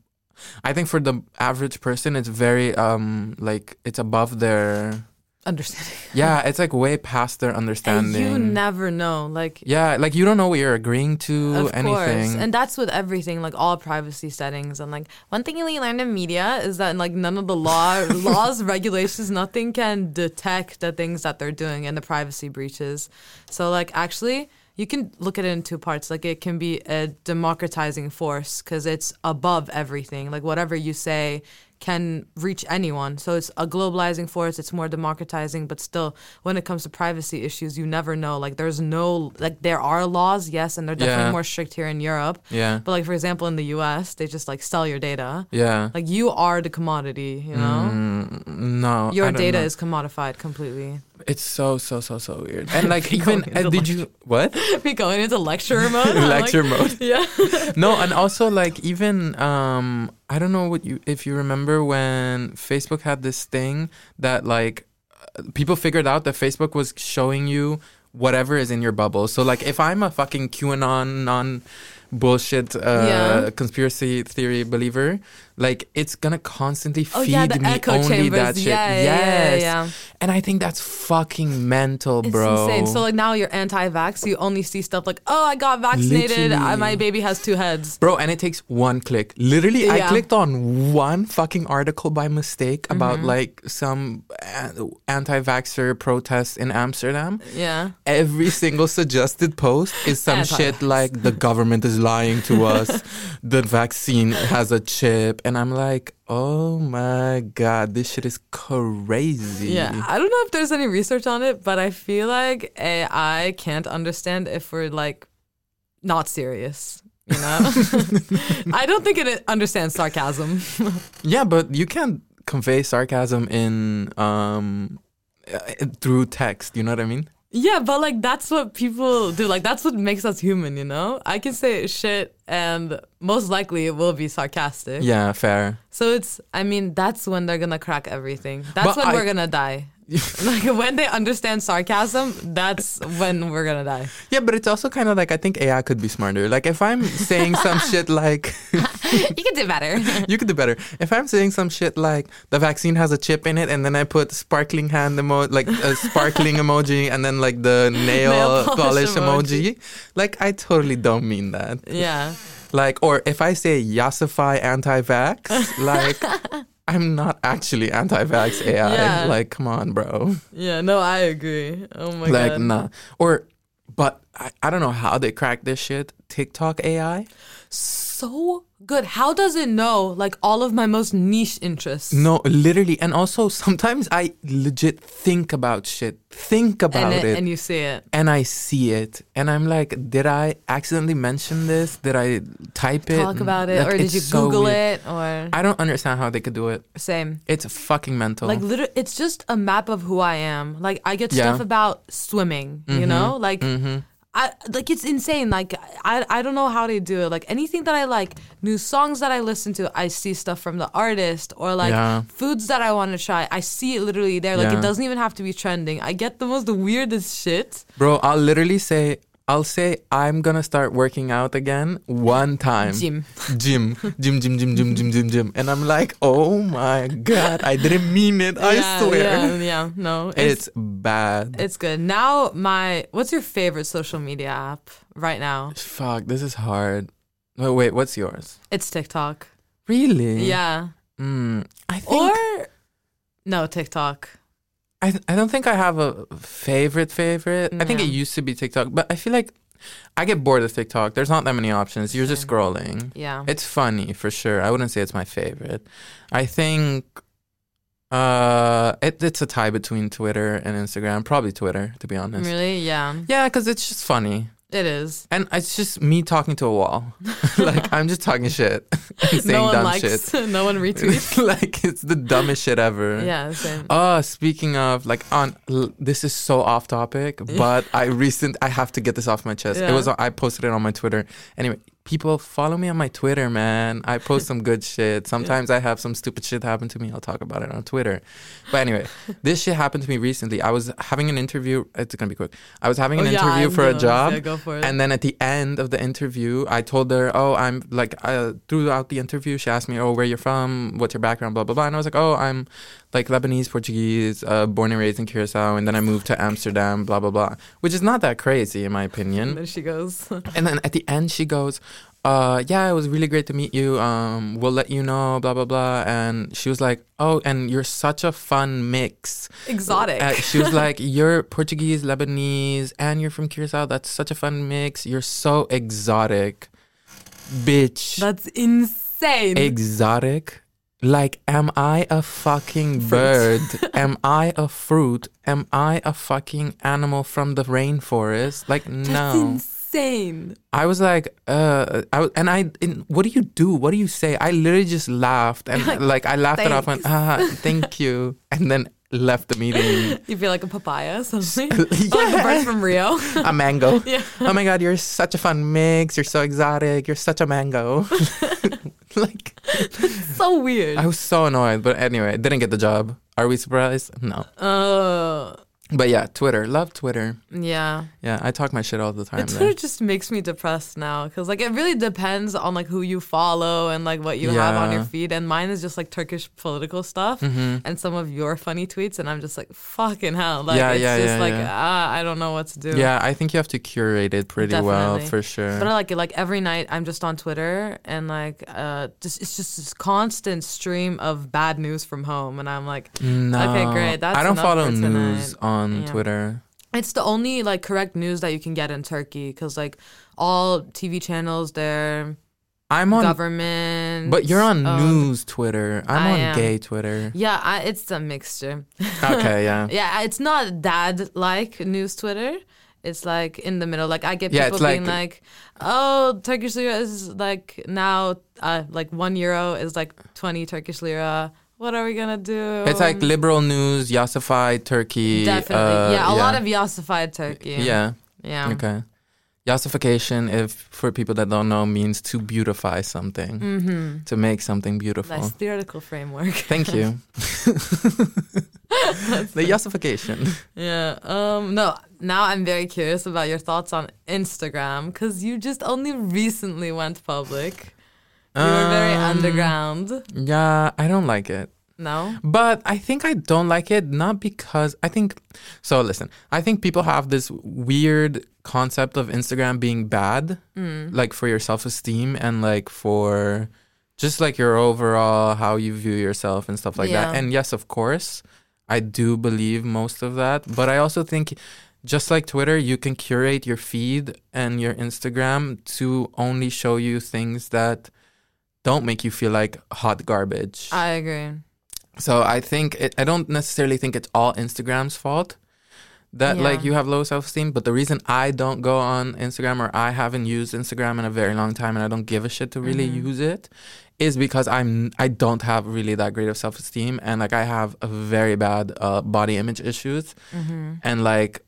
[SPEAKER 1] i think for the average person it's very um like it's above their
[SPEAKER 2] Understanding.
[SPEAKER 1] yeah it's like way past their
[SPEAKER 2] And
[SPEAKER 1] understanding
[SPEAKER 2] you never know, like
[SPEAKER 1] yeah like you don't know what you're agreeing to
[SPEAKER 2] Of
[SPEAKER 1] anything
[SPEAKER 2] course. And that's with everything, like all privacy settings. And like one thing we learned in media is that like none of the law laws, regulations, nothing can detect the things that they're doing and the privacy breaches. So like actually you can look at it in two parts. Like it can be a democratizing force because it's above everything. Like whatever you say can reach anyone. So it's a globalizing force. It's more democratizing, but still, when it comes to privacy issues, you never know. Like there's no like there are laws, yes, and they're definitely
[SPEAKER 1] Yeah.
[SPEAKER 2] more strict here in Europe.
[SPEAKER 1] yeah
[SPEAKER 2] But like for example, in the U.S., they just like sell your data.
[SPEAKER 1] yeah
[SPEAKER 2] Like you are the commodity, you know.
[SPEAKER 1] Mm, no I
[SPEAKER 2] Your
[SPEAKER 1] don't
[SPEAKER 2] data
[SPEAKER 1] know.
[SPEAKER 2] is commodified completely.
[SPEAKER 1] it's so so so so weird and like
[SPEAKER 2] People
[SPEAKER 1] even
[SPEAKER 2] need
[SPEAKER 1] uh,
[SPEAKER 2] to
[SPEAKER 1] did you what
[SPEAKER 2] we going into lecturer mode. I'm like,
[SPEAKER 1] lecture mode
[SPEAKER 2] yeah.
[SPEAKER 1] no and also like even um i don't know what you if you remember when facebook had this thing that like uh, people figured out that facebook was showing you whatever is in your bubble so like if i'm a fucking qanon non bullshit uh
[SPEAKER 2] Yeah.
[SPEAKER 1] conspiracy theory believer Like it's gonna constantly feed
[SPEAKER 2] Oh, yeah, the
[SPEAKER 1] me
[SPEAKER 2] echo
[SPEAKER 1] only
[SPEAKER 2] chambers.
[SPEAKER 1] that shit.
[SPEAKER 2] Yeah, yeah, yeah,
[SPEAKER 1] yes.
[SPEAKER 2] yeah.
[SPEAKER 1] And I think that's fucking mental,
[SPEAKER 2] It's
[SPEAKER 1] bro.
[SPEAKER 2] insane. So like now you're anti-vax. You only see stuff like, oh, I got vaccinated. I,
[SPEAKER 1] Literally.
[SPEAKER 2] my baby has two heads.
[SPEAKER 1] Bro, and it takes one click. Literally, I
[SPEAKER 2] Yeah.
[SPEAKER 1] clicked on one fucking article by mistake about
[SPEAKER 2] Mm-hmm.
[SPEAKER 1] like some an- anti-vaxxer protest in Amsterdam.
[SPEAKER 2] Yeah.
[SPEAKER 1] Every single suggested post is some shit like the government is lying to us, the vaccine has a chip, and I'm like, oh my god, this shit is crazy.
[SPEAKER 2] Yeah, I don't know if there's any research on it, but I feel like AI can't understand if we're like not serious. You know, I don't think it understands sarcasm.
[SPEAKER 1] Yeah, but you can't convey sarcasm in um uh, through text. You know what I mean?
[SPEAKER 2] yeah, but like that's what people do. Like that's what makes us human. You know, I can say shit, and most likely it will be sarcastic.
[SPEAKER 1] Yeah, fair.
[SPEAKER 2] So it's, I mean, that's when they're gonna crack everything. That's
[SPEAKER 1] But
[SPEAKER 2] when
[SPEAKER 1] I-
[SPEAKER 2] we're gonna die. like when they understand sarcasm, that's when we're gonna die.
[SPEAKER 1] Yeah, but it's also kind of like I think AI could be smarter. Like if I'm saying some shit like
[SPEAKER 2] you can do better.
[SPEAKER 1] you could do better. If I'm saying some shit like the vaccine has a chip in it, and then I put sparkling hand emo like a sparkling emoji, and then like the nail,
[SPEAKER 2] Nail
[SPEAKER 1] polish,
[SPEAKER 2] polish
[SPEAKER 1] emoji. like I totally don't mean that.
[SPEAKER 2] yeah.
[SPEAKER 1] Like or if I say yassify anti-vax, like. I'm not actually anti-vax AI.
[SPEAKER 2] Yeah.
[SPEAKER 1] Like, come on, bro.
[SPEAKER 2] Yeah, no, I agree. Oh my
[SPEAKER 1] like,
[SPEAKER 2] god.
[SPEAKER 1] nah. Or, but I, I don't know how they cracked this shit. TikTok AI.
[SPEAKER 2] So good. How does it know like all of my most niche interests?
[SPEAKER 1] No, literally. And also, sometimes I legit think about shit, think about
[SPEAKER 2] and,
[SPEAKER 1] it,
[SPEAKER 2] it, and you see it.
[SPEAKER 1] and I see it. And I'm like, did I accidentally mention this? Did I type it?
[SPEAKER 2] Talk about it.
[SPEAKER 1] Like,
[SPEAKER 2] or did
[SPEAKER 1] it's
[SPEAKER 2] you
[SPEAKER 1] so
[SPEAKER 2] Google
[SPEAKER 1] weird.
[SPEAKER 2] it? Or
[SPEAKER 1] I don't understand how they could do it.
[SPEAKER 2] same.
[SPEAKER 1] It's fucking mental.
[SPEAKER 2] Like literally, it's just a map of who I am. Like I get
[SPEAKER 1] Yeah. Mm-hmm.
[SPEAKER 2] stuff about swimming, you know, like I like it's insane. Like I I don't know how they do it. Like anything that I like, new songs that I listen to, I see stuff from the artist or like
[SPEAKER 1] Yeah.
[SPEAKER 2] foods that I want to try. I see it literally there. Like it
[SPEAKER 1] Yeah.
[SPEAKER 2] doesn't even have to be trending. I get the most weirdest shit.
[SPEAKER 1] Bro, I'll literally say, I'll say, I'm gonna start working out again one time.
[SPEAKER 2] Gym.
[SPEAKER 1] Gym. Gym, gym, gym, gym, gym, gym, gym. And I'm like, oh my God, I didn't mean it. I
[SPEAKER 2] yeah,
[SPEAKER 1] swear.
[SPEAKER 2] Yeah, yeah, no, it's
[SPEAKER 1] It's bad.
[SPEAKER 2] it's good. Now my what's your favorite social media app right now?
[SPEAKER 1] Fuck, this is hard. Wait, wait, what's yours?
[SPEAKER 2] It's TikTok.
[SPEAKER 1] Really?
[SPEAKER 2] Yeah.
[SPEAKER 1] Mm, I think
[SPEAKER 2] Or no, TikTok.
[SPEAKER 1] I, I don't think I have a favorite favorite. I think it
[SPEAKER 2] Yeah.
[SPEAKER 1] used to be TikTok, but I feel like I get bored of TikTok. There's not that many options. You're just
[SPEAKER 2] Same.
[SPEAKER 1] scrolling.
[SPEAKER 2] Yeah.
[SPEAKER 1] It's funny for sure. I wouldn't say it's my favorite. I think uh it, it's a tie between Twitter and Instagram. Probably Twitter, to be honest.
[SPEAKER 2] Really? Yeah.
[SPEAKER 1] Yeah, because it's just funny.
[SPEAKER 2] It is.
[SPEAKER 1] And it's just me talking to a wall. like I'm just talking shit. and saying
[SPEAKER 2] no one
[SPEAKER 1] dumb shit.
[SPEAKER 2] likes. no one retweets.
[SPEAKER 1] like it's the dumbest shit ever.
[SPEAKER 2] yeah. Same.
[SPEAKER 1] Oh, speaking of like on l- this is so off topic, but I recent I have to get this off my chest. It
[SPEAKER 2] Yeah.
[SPEAKER 1] was on- I posted it on my Twitter. Anyway, people follow me on my Twitter, man. I post some good shit. Sometimes I have some stupid shit happen to me. I'll talk about it on Twitter. But anyway, this shit happened to me recently. I was having an interview. It's gonna be quick. I was having
[SPEAKER 2] Oh,
[SPEAKER 1] an
[SPEAKER 2] yeah,
[SPEAKER 1] interview
[SPEAKER 2] I
[SPEAKER 1] for a
[SPEAKER 2] know.
[SPEAKER 1] job.
[SPEAKER 2] Yeah, go for it.
[SPEAKER 1] And then at the end of the interview, I told her, "Oh, I'm like uh, throughout the interview, she asked me, "Oh, where you're from? What's your background? Blah blah blah." And I was like, "Oh, I'm like Lebanese, Portuguese, uh, born and raised in Curacao, and then I moved to Amsterdam, blah blah blah," which is not that crazy in my
[SPEAKER 2] and
[SPEAKER 1] opinion.
[SPEAKER 2] then she goes.
[SPEAKER 1] And then at the end, she goes, uh, "Yeah, it was really great to meet you. Um, we'll let you know, blah blah blah." And she was like, "Oh, and you're such a fun mix."
[SPEAKER 2] Exotic.
[SPEAKER 1] Uh, she was like, "You're Portuguese, Lebanese, and you're from Curacao. That's such a fun mix. You're so exotic, bitch.
[SPEAKER 2] That's insane.
[SPEAKER 1] exotic. Like, am I a fucking bird? am I a fruit? Am I a fucking animal from the rainforest? Like,
[SPEAKER 2] That's
[SPEAKER 1] no.
[SPEAKER 2] insane.
[SPEAKER 1] I was like, uh, I w- and I, in, what do you do? What do you say? I literally just laughed and like I laughed it off and ah, thank you, and then left the meeting.
[SPEAKER 2] You feel like a papaya or something.
[SPEAKER 1] yeah.
[SPEAKER 2] Like Oh, the bird from Rio.
[SPEAKER 1] a mango.
[SPEAKER 2] Yeah.
[SPEAKER 1] Oh my god, you're such a fun mix. You're so exotic. You're such a mango. like
[SPEAKER 2] so weird.
[SPEAKER 1] I was so annoyed, but anyway, didn't get the job. Are we surprised? No.
[SPEAKER 2] Uh,
[SPEAKER 1] But yeah, Twitter. Love Twitter.
[SPEAKER 2] Yeah.
[SPEAKER 1] Yeah, I talk my shit all the time.
[SPEAKER 2] But
[SPEAKER 1] there.
[SPEAKER 2] Twitter just makes me depressed now because like it really depends on like who you follow and like what you have on your
[SPEAKER 1] Yeah. Mm-hmm.
[SPEAKER 2] feed. And mine is just like Turkish political stuff and some of your funny tweets, and I'm just like fucking hell. Like
[SPEAKER 1] Yeah,
[SPEAKER 2] it's
[SPEAKER 1] yeah,
[SPEAKER 2] just
[SPEAKER 1] yeah,
[SPEAKER 2] like
[SPEAKER 1] yeah.
[SPEAKER 2] ah, I don't know what to do.
[SPEAKER 1] Yeah, I think you have to curate it pretty well
[SPEAKER 2] Definitely.
[SPEAKER 1] for sure.
[SPEAKER 2] But I like it. Like every night, I'm just on Twitter and like uh, just it's just this constant stream of bad news from home, and I'm like,
[SPEAKER 1] no,
[SPEAKER 2] okay, great. That's
[SPEAKER 1] I don't
[SPEAKER 2] enough
[SPEAKER 1] follow
[SPEAKER 2] for tonight.
[SPEAKER 1] news on
[SPEAKER 2] Yeah.
[SPEAKER 1] Twitter.
[SPEAKER 2] It's the only like correct news that you can get in Turkey because like all TV channels, their
[SPEAKER 1] I'm on,
[SPEAKER 2] government.
[SPEAKER 1] but you're on
[SPEAKER 2] owned-
[SPEAKER 1] news Twitter. I'm
[SPEAKER 2] I
[SPEAKER 1] on
[SPEAKER 2] am.
[SPEAKER 1] gay Twitter.
[SPEAKER 2] Yeah, I, it's a mixture.
[SPEAKER 1] okay, yeah.
[SPEAKER 2] yeah, I- it's not dad like news Twitter. It's like in the middle. Like I get
[SPEAKER 1] Yeah,
[SPEAKER 2] people
[SPEAKER 1] it's
[SPEAKER 2] being like, "Oh, Turkish lira is like now uh, like one euro is like twenty Turkish lira. What are we gonna do?"
[SPEAKER 1] It's like liberal news, Yassified Turkey.
[SPEAKER 2] definitely
[SPEAKER 1] uh,
[SPEAKER 2] yeah, a lot of yassified Turkey.
[SPEAKER 1] yeah.
[SPEAKER 2] yeah. Um,
[SPEAKER 1] Okay. Yassification, if for people that don't know, means to beautify something,
[SPEAKER 2] Mm.
[SPEAKER 1] to make something beautiful.
[SPEAKER 2] Mm-hmm. Nice theoretical framework.
[SPEAKER 1] Thank you. the yassification.
[SPEAKER 2] yeah. Um. No. Now I'm very curious about your thoughts on Instagram because you just only recently went public. You were very
[SPEAKER 1] Um,
[SPEAKER 2] underground.
[SPEAKER 1] Yeah, I don't like it.
[SPEAKER 2] No.
[SPEAKER 1] But I think I don't like it not because I think so listen, I think people have this weird concept of Instagram being bad
[SPEAKER 2] Mm.
[SPEAKER 1] like for your self-esteem and like for just like your overall how you view yourself and stuff like that.
[SPEAKER 2] Yeah.
[SPEAKER 1] And yes, of course, I do believe most of that, but I also think just like Twitter, you can curate your feed and your Instagram to only show you things that don't make you feel like hot garbage.
[SPEAKER 2] I agree.
[SPEAKER 1] So I think it, I don't necessarily think it's all Instagram's fault that
[SPEAKER 2] Yeah.
[SPEAKER 1] like you have low self esteem. But the reason I don't go on Instagram or I haven't used Instagram in a very long time and I don't give a shit to really
[SPEAKER 2] Mm-hmm.
[SPEAKER 1] use it is because I'm I don't have really that great of self esteem and like I have a very bad uh, body image issues
[SPEAKER 2] mm-hmm.
[SPEAKER 1] and like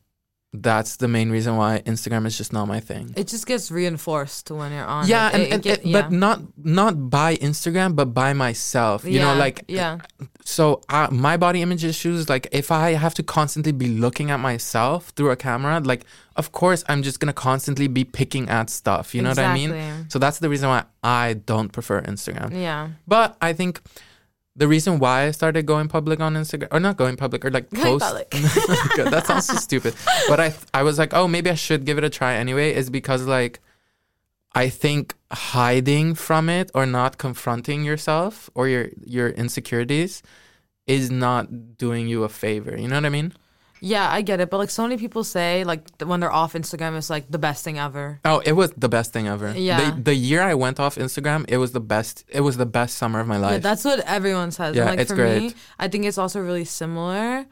[SPEAKER 1] that's the main reason why Instagram is just not my thing.
[SPEAKER 2] It just gets reinforced when you're on.
[SPEAKER 1] yeah,
[SPEAKER 2] it.
[SPEAKER 1] and,
[SPEAKER 2] It- it
[SPEAKER 1] and,
[SPEAKER 2] get-
[SPEAKER 1] and-
[SPEAKER 2] yeah.
[SPEAKER 1] but not not by Instagram, but by myself. You know,
[SPEAKER 2] Yeah,
[SPEAKER 1] like
[SPEAKER 2] yeah,
[SPEAKER 1] so uh, my body image issues like if i have to constantly be looking at myself through a camera like of course i'm just gonna constantly be picking at stuff you know what i mean
[SPEAKER 2] Exactly.
[SPEAKER 1] so that's the reason why i don't prefer instagram
[SPEAKER 2] yeah.
[SPEAKER 1] but i think the reason why i started going public on instagram or not going public or like
[SPEAKER 2] Going
[SPEAKER 1] post
[SPEAKER 2] public.
[SPEAKER 1] God, that sounds so stupid but i th- i was like oh maybe i should give it a try anyway is because like I think hiding from it or not confronting yourself or your your insecurities is not doing you a favor. You know what I mean?
[SPEAKER 2] Yeah, I get it. But like so many people say, like th- when they're off Instagram, it's like the best thing ever.
[SPEAKER 1] Oh, it was the best thing ever.
[SPEAKER 2] Yeah.
[SPEAKER 1] The, the year I went off Instagram, it was the best. It was the best summer of my
[SPEAKER 2] Yeah,
[SPEAKER 1] life.
[SPEAKER 2] that's what everyone says.
[SPEAKER 1] Yeah,
[SPEAKER 2] and, like
[SPEAKER 1] it's
[SPEAKER 2] for me,
[SPEAKER 1] great.
[SPEAKER 2] I think it's also really similar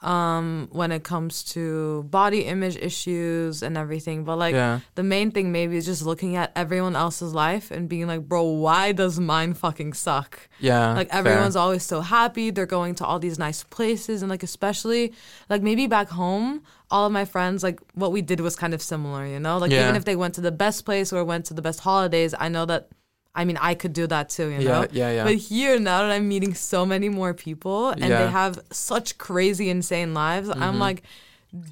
[SPEAKER 2] um, when it comes to body image issues and everything. But like
[SPEAKER 1] Yeah.
[SPEAKER 2] the main thing maybe is just looking at everyone else's life and being like, bro, why does mine fucking suck?
[SPEAKER 1] yeah.
[SPEAKER 2] like
[SPEAKER 1] fair.
[SPEAKER 2] everyone's always so happy they're going to all these nice places and like especially like maybe back home all of my friends like what we did was kind of similar you know like
[SPEAKER 1] Yeah.
[SPEAKER 2] even if they went to the best place or went to the best holidays i know that i mean i could do that too you
[SPEAKER 1] Yeah,
[SPEAKER 2] know
[SPEAKER 1] yeah, yeah.
[SPEAKER 2] but here now that i'm meeting so many more people and they
[SPEAKER 1] Yeah. Mm-hmm.
[SPEAKER 2] have such crazy insane lives i'm like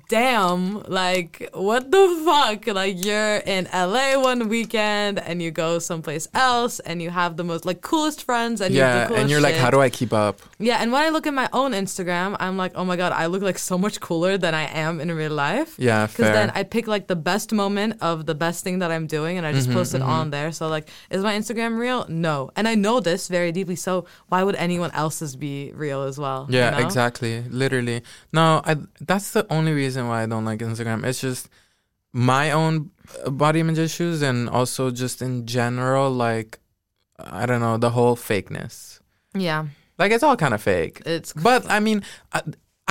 [SPEAKER 2] Damn, like what the fuck? Like you're in LA one weekend and you go someplace else and you have the most like coolest friends and you have
[SPEAKER 1] Yeah,
[SPEAKER 2] the coolest
[SPEAKER 1] and you're like,
[SPEAKER 2] shit.
[SPEAKER 1] how do I keep up?
[SPEAKER 2] Yeah, and when I look at my own Instagram, I'm like, oh my god, I look like so much cooler than I am in real life.
[SPEAKER 1] Yeah,
[SPEAKER 2] Because
[SPEAKER 1] fair.
[SPEAKER 2] then I pick like the best moment of the best thing that I'm doing and I
[SPEAKER 1] Mm-hmm,
[SPEAKER 2] just post it on there. So, like, is my Instagram real? No. And I know this very deeply. So, why would anyone else's be real as well? you
[SPEAKER 1] Yeah,
[SPEAKER 2] know?
[SPEAKER 1] exactly. Literally. No, I, that's the only reason why I don't like Instagram. It's just my own uh, body image issues and also just in general, like, I don't know, the whole fakeness.
[SPEAKER 2] Yeah,
[SPEAKER 1] Like, it's all kind of fake.
[SPEAKER 2] it's
[SPEAKER 1] But I mean, I,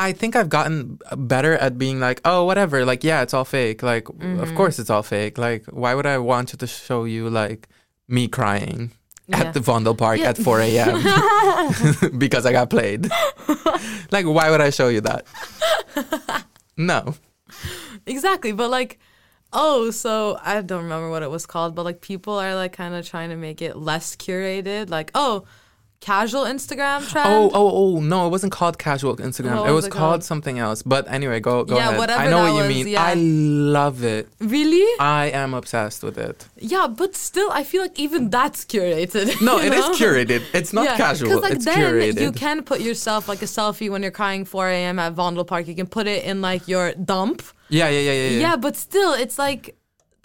[SPEAKER 1] I think I've gotten better at being like, oh, whatever. Like, yeah, it's all fake. Like,
[SPEAKER 2] Mm-hmm.
[SPEAKER 1] of course it's all fake. Like, why would I want to show you, like, me crying?
[SPEAKER 2] Yeah.
[SPEAKER 1] At the Vondel Park
[SPEAKER 2] Yeah.
[SPEAKER 1] at 4 a.m. because I got played. like, why would I show you that? No.
[SPEAKER 2] exactly. But, like, oh, so I don't remember what it was called, but like, people are like kind of trying to make it less curated. Like, oh, casual Instagram trend.
[SPEAKER 1] Oh, oh, oh! No, it wasn't called casual Instagram.
[SPEAKER 2] What
[SPEAKER 1] it was
[SPEAKER 2] was it
[SPEAKER 1] called?
[SPEAKER 2] called?
[SPEAKER 1] something else. But anyway, go go
[SPEAKER 2] Yeah,
[SPEAKER 1] ahead.
[SPEAKER 2] whatever
[SPEAKER 1] I know
[SPEAKER 2] that
[SPEAKER 1] what you
[SPEAKER 2] was,
[SPEAKER 1] mean.
[SPEAKER 2] yeah.
[SPEAKER 1] I love it.
[SPEAKER 2] Really?
[SPEAKER 1] I am obsessed with it.
[SPEAKER 2] Yeah, but still, I feel like even that's curated.
[SPEAKER 1] No,
[SPEAKER 2] you
[SPEAKER 1] it is
[SPEAKER 2] know?
[SPEAKER 1] curated. It's not
[SPEAKER 2] Yeah,
[SPEAKER 1] casual.
[SPEAKER 2] like
[SPEAKER 1] it's
[SPEAKER 2] then
[SPEAKER 1] curated.
[SPEAKER 2] you can put yourself like a selfie when you're crying 4 a.m. at Vondel Park. You can put it in like your dump.
[SPEAKER 1] yeah, yeah, yeah, yeah,
[SPEAKER 2] Yeah,
[SPEAKER 1] yeah.
[SPEAKER 2] but still, it's like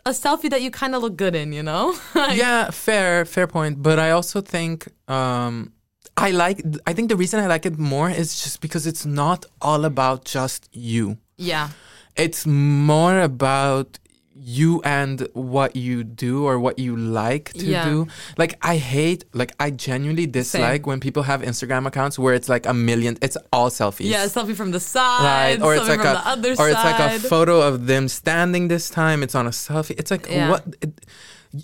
[SPEAKER 2] a selfie that you kind of look good in. You know? Like,
[SPEAKER 1] yeah fair fair point but i also think um i like i think the reason i like it more is just because it's not all about just you
[SPEAKER 2] yeah.
[SPEAKER 1] it's more about you and what you do or what you like to
[SPEAKER 2] Yeah.
[SPEAKER 1] do like i hate like i genuinely dislike when people have instagram accounts where it's like a million it's all selfies
[SPEAKER 2] Yeah, a selfie from the side,
[SPEAKER 1] Right, or it's
[SPEAKER 2] something
[SPEAKER 1] like
[SPEAKER 2] from
[SPEAKER 1] a
[SPEAKER 2] the other
[SPEAKER 1] or
[SPEAKER 2] side.
[SPEAKER 1] it's like a photo of them standing this time. It's on a selfie. It's like
[SPEAKER 2] Yeah.
[SPEAKER 1] what it,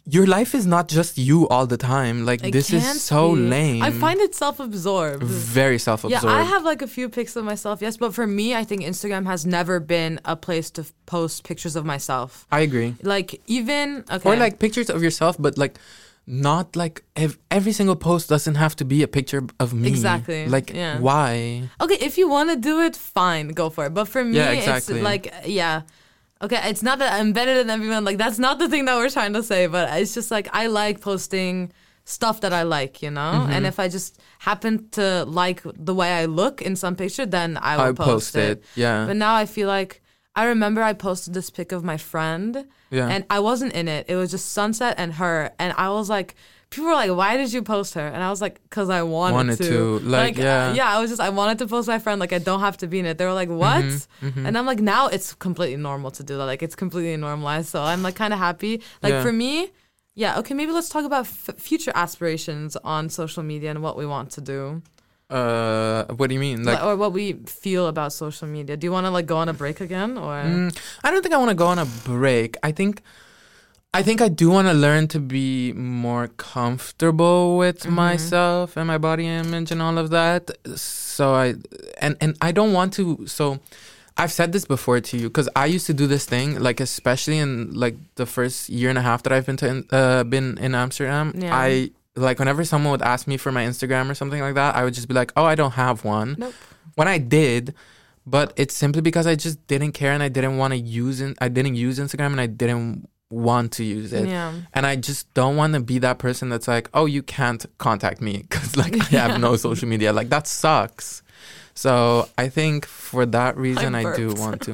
[SPEAKER 1] your life is not just you all the time. Like
[SPEAKER 2] It
[SPEAKER 1] this
[SPEAKER 2] can't
[SPEAKER 1] is so
[SPEAKER 2] be.
[SPEAKER 1] lame.
[SPEAKER 2] I find it self-absorbed.
[SPEAKER 1] very self-absorbed.
[SPEAKER 2] Yeah, I have like a few pics of myself, yes, but for me, I think Instagram has never been a place to f- post pictures of myself.
[SPEAKER 1] I agree.
[SPEAKER 2] Like even okay,
[SPEAKER 1] Or like pictures of yourself, but like not like ev- every single post doesn't have to be a picture of me.
[SPEAKER 2] Exactly,
[SPEAKER 1] Like
[SPEAKER 2] yeah.
[SPEAKER 1] why?
[SPEAKER 2] okay, if you want to do it, fine, go for it. But for me,
[SPEAKER 1] Yeah, exactly.
[SPEAKER 2] it's like yeah. Okay, it's not that I'm better than everyone. Like that's not the thing that we're trying to say, but it's just like I like posting stuff that I like, you know?
[SPEAKER 1] Mm-hmm.
[SPEAKER 2] And if I just happen to like the way I look in some picture, then I will
[SPEAKER 1] I
[SPEAKER 2] post,
[SPEAKER 1] post it. Yeah.
[SPEAKER 2] But now I feel like I remember I posted this pic of my friend.
[SPEAKER 1] Yeah.
[SPEAKER 2] And I wasn't in it. It was just sunset and her. And I was like, people were like, why did you post her? And I was like, because I wanted,
[SPEAKER 1] Wanted to. Like, yeah.
[SPEAKER 2] Yeah, I was just, I wanted to post my friend. Like, I don't have to be in it. They were like, what?
[SPEAKER 1] Mm-hmm,
[SPEAKER 2] And I'm like, now it's completely normal to do that. Like, it's completely normalized. So I'm like, kind of happy. Like,
[SPEAKER 1] Yeah.
[SPEAKER 2] for me, yeah, okay, maybe let's talk about f- future aspirations on social media and what we want to do
[SPEAKER 1] Uh, what do you mean? Like
[SPEAKER 2] or what we feel about social media. Do you want to like go on a break again or
[SPEAKER 1] Mm, I don't think I want to go on a break. I think I think I do want to learn to be more comfortable with myself and my body image and all of that. So I and and I don't want to so I've said this before to you cuz I used to do this thing like especially in like the first year and a half that I've been to uh, been in Amsterdam.
[SPEAKER 2] Yeah.
[SPEAKER 1] I like whenever someone would ask me for my Instagram or something like that, I would just be like, "Oh, I don't have one."
[SPEAKER 2] Nope.
[SPEAKER 1] when I did, but it's simply because I just didn't care and I didn't want to use it. I didn't use Instagram and I didn't want to use it.
[SPEAKER 2] Yeah.
[SPEAKER 1] And I just don't want to be that person that's like, oh, you can't contact me because like I have no social media. Like that sucks. So I think for that reason, I, do
[SPEAKER 2] burped.
[SPEAKER 1] want to.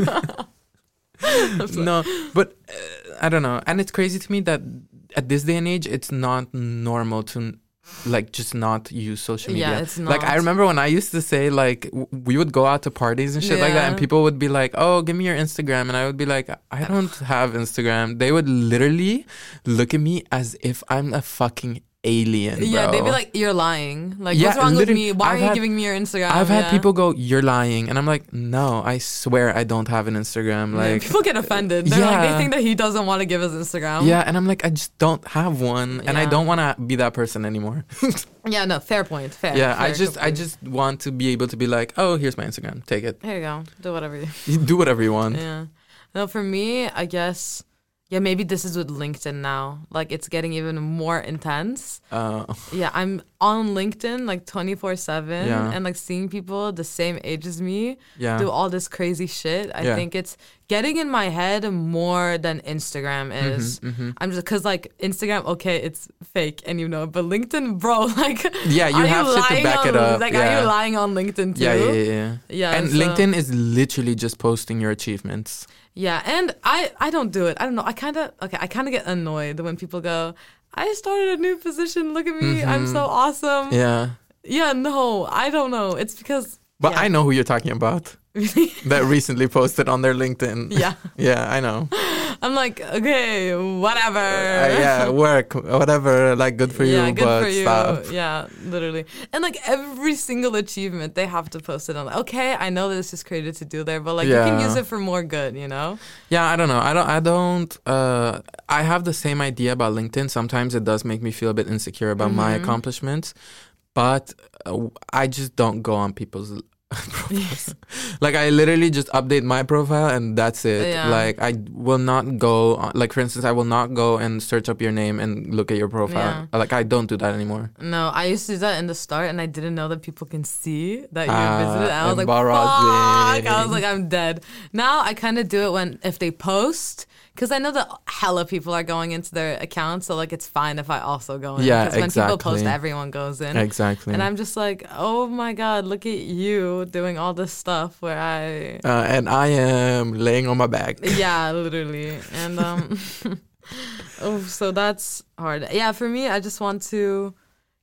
[SPEAKER 1] no, but uh, I don't know. And it's crazy to me that at this day and age, it's not normal to like just not use social media.
[SPEAKER 2] Yeah, it's
[SPEAKER 1] Like I
[SPEAKER 2] not.
[SPEAKER 1] remember when I used to say like w- we would go out to parties and shit like that, and
[SPEAKER 2] Yeah.
[SPEAKER 1] people would be like, "Oh, give me your Instagram," and I would be like, "I don't have Instagram." They would literally look at me as if I'm a fucking alien.
[SPEAKER 2] Yeah,
[SPEAKER 1] bro.
[SPEAKER 2] they'd be like, "You're lying. Like,
[SPEAKER 1] Yeah,
[SPEAKER 2] what's wrong with
[SPEAKER 1] literally,
[SPEAKER 2] me? Why
[SPEAKER 1] I've
[SPEAKER 2] are you
[SPEAKER 1] had-
[SPEAKER 2] giving me your Instagram?"
[SPEAKER 1] I've had
[SPEAKER 2] "Oh, Yeah.
[SPEAKER 1] people go, "You're lying," and I'm like, "No, I swear I don't have an Instagram."
[SPEAKER 2] Yeah,
[SPEAKER 1] Like,
[SPEAKER 2] people get offended. They're like,
[SPEAKER 1] yeah.
[SPEAKER 2] they think that he doesn't want to give us Instagram.
[SPEAKER 1] yeah, and I'm like, I just don't have one, and I
[SPEAKER 2] Yeah.
[SPEAKER 1] don't want to be that person anymore.
[SPEAKER 2] yeah. No, fair point. Fair.
[SPEAKER 1] yeah, I
[SPEAKER 2] fair,
[SPEAKER 1] just, I
[SPEAKER 2] completely.
[SPEAKER 1] just want to be able to be like, "Oh, here's my Instagram. Take it.
[SPEAKER 2] Here you go. Do whatever you.
[SPEAKER 1] You do whatever you want."
[SPEAKER 2] Yeah. No, for me, I guess. Yeah, maybe this is with LinkedIn now. Like, it's getting even more intense.
[SPEAKER 1] Uh,
[SPEAKER 2] Yeah, I'm on LinkedIn like 24 7
[SPEAKER 1] Yeah.
[SPEAKER 2] and like seeing people the same age as me
[SPEAKER 1] Yeah.
[SPEAKER 2] do all this crazy shit. I
[SPEAKER 1] Yeah.
[SPEAKER 2] think it's getting in my head more than Instagram
[SPEAKER 1] Mm-hmm,
[SPEAKER 2] is. I'm just because like Instagram, okay, it's fake and you know, but LinkedIn, bro, like,
[SPEAKER 1] Yeah, you
[SPEAKER 2] are
[SPEAKER 1] have shit to
[SPEAKER 2] lying
[SPEAKER 1] back
[SPEAKER 2] on,
[SPEAKER 1] it up,
[SPEAKER 2] Like,
[SPEAKER 1] yeah.
[SPEAKER 2] are you lying on LinkedIn too?
[SPEAKER 1] Yeah, yeah, yeah, yeah.
[SPEAKER 2] Yeah,
[SPEAKER 1] and
[SPEAKER 2] so-
[SPEAKER 1] LinkedIn is literally just posting your achievements.
[SPEAKER 2] Yeah, and I I don't do it. I don't know. I kind of okay. I kind of get annoyed when people go, "I started a new position. Look at me. I'm so awesome."
[SPEAKER 1] Mm-hmm. Yeah.
[SPEAKER 2] Yeah, no, I don't know. It's because.
[SPEAKER 1] But
[SPEAKER 2] yeah.
[SPEAKER 1] I know who you're talking about that recently posted on their LinkedIn.
[SPEAKER 2] Yeah.
[SPEAKER 1] yeah, I know.
[SPEAKER 2] I'm like, okay, whatever.
[SPEAKER 1] Uh, yeah, work, whatever, like good for
[SPEAKER 2] yeah,
[SPEAKER 1] you,
[SPEAKER 2] good
[SPEAKER 1] but
[SPEAKER 2] for you.
[SPEAKER 1] stop.
[SPEAKER 2] Yeah, literally. And like every single achievement, they have to post it on. Okay, I know this is created to do there, but like you can
[SPEAKER 1] Yeah.
[SPEAKER 2] use it for more good, you know?
[SPEAKER 1] Yeah, I don't know. I don't I don't uh I have the same idea about LinkedIn. Sometimes it does make me feel a bit insecure about my
[SPEAKER 2] Mm-hmm.
[SPEAKER 1] accomplishments, but uh, I just don't go on people's profiles. Like I literally just update my profile and that's it.
[SPEAKER 2] Yeah.
[SPEAKER 1] Like I will not go on- like for instance I will not go and search up your name and look at your profile. Like I don't do that anymore.
[SPEAKER 2] No, I used to do that in the start, and I didn't know that people can see that you
[SPEAKER 1] Ah,
[SPEAKER 2] visited. And I was like, fuck. I was like, I'm dead. Now I kind of do it when if they post, because I know that hella people are going into their accounts, so like it's fine if I also go in.
[SPEAKER 1] Yeah,
[SPEAKER 2] Because when people post,
[SPEAKER 1] exactly.
[SPEAKER 2] everyone goes in.
[SPEAKER 1] Exactly.
[SPEAKER 2] And I'm just like, oh my god, look at you doing all this stuff where I,
[SPEAKER 1] uh, and I am laying on my back.
[SPEAKER 2] yeah, literally, and um, oh, so that's hard. Yeah, for me, I just want to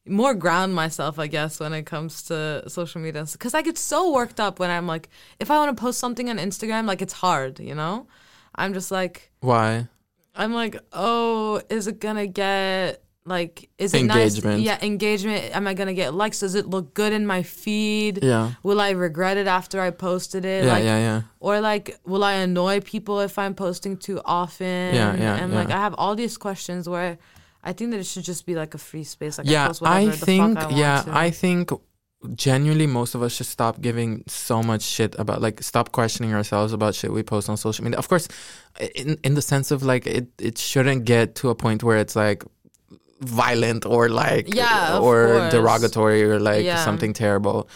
[SPEAKER 2] more ground myself, I guess, when it comes to social media, because I get so worked up when I'm like, if I want to post something on Instagram, like it's hard, you know. I'm just like,
[SPEAKER 1] Why?
[SPEAKER 2] I'm like, oh, is it gonna get like, is it
[SPEAKER 1] Engagement.
[SPEAKER 2] Nice? Yeah, engagement. Am I gonna get likes? Does it look good in my feed?
[SPEAKER 1] Yeah.
[SPEAKER 2] Will I regret it after I posted it?
[SPEAKER 1] Yeah,
[SPEAKER 2] like,
[SPEAKER 1] yeah, yeah.
[SPEAKER 2] Or like, will I annoy people if I'm posting too often?
[SPEAKER 1] Yeah, yeah,
[SPEAKER 2] And like,
[SPEAKER 1] yeah.
[SPEAKER 2] I have all these questions where I think that it should just be like a free space. Like, I
[SPEAKER 1] yeah,
[SPEAKER 2] post whatever the
[SPEAKER 1] think
[SPEAKER 2] fuck I want
[SPEAKER 1] yeah,
[SPEAKER 2] to.
[SPEAKER 1] I think genuinely most of us should stop giving so much shit about like stop questioning ourselves about shit we post on social media. Of course, in in the sense of like it it shouldn't get to a point where it's like violent or like
[SPEAKER 2] Yeah, of
[SPEAKER 1] or
[SPEAKER 2] course.
[SPEAKER 1] derogatory or like
[SPEAKER 2] Yeah.
[SPEAKER 1] something terrible.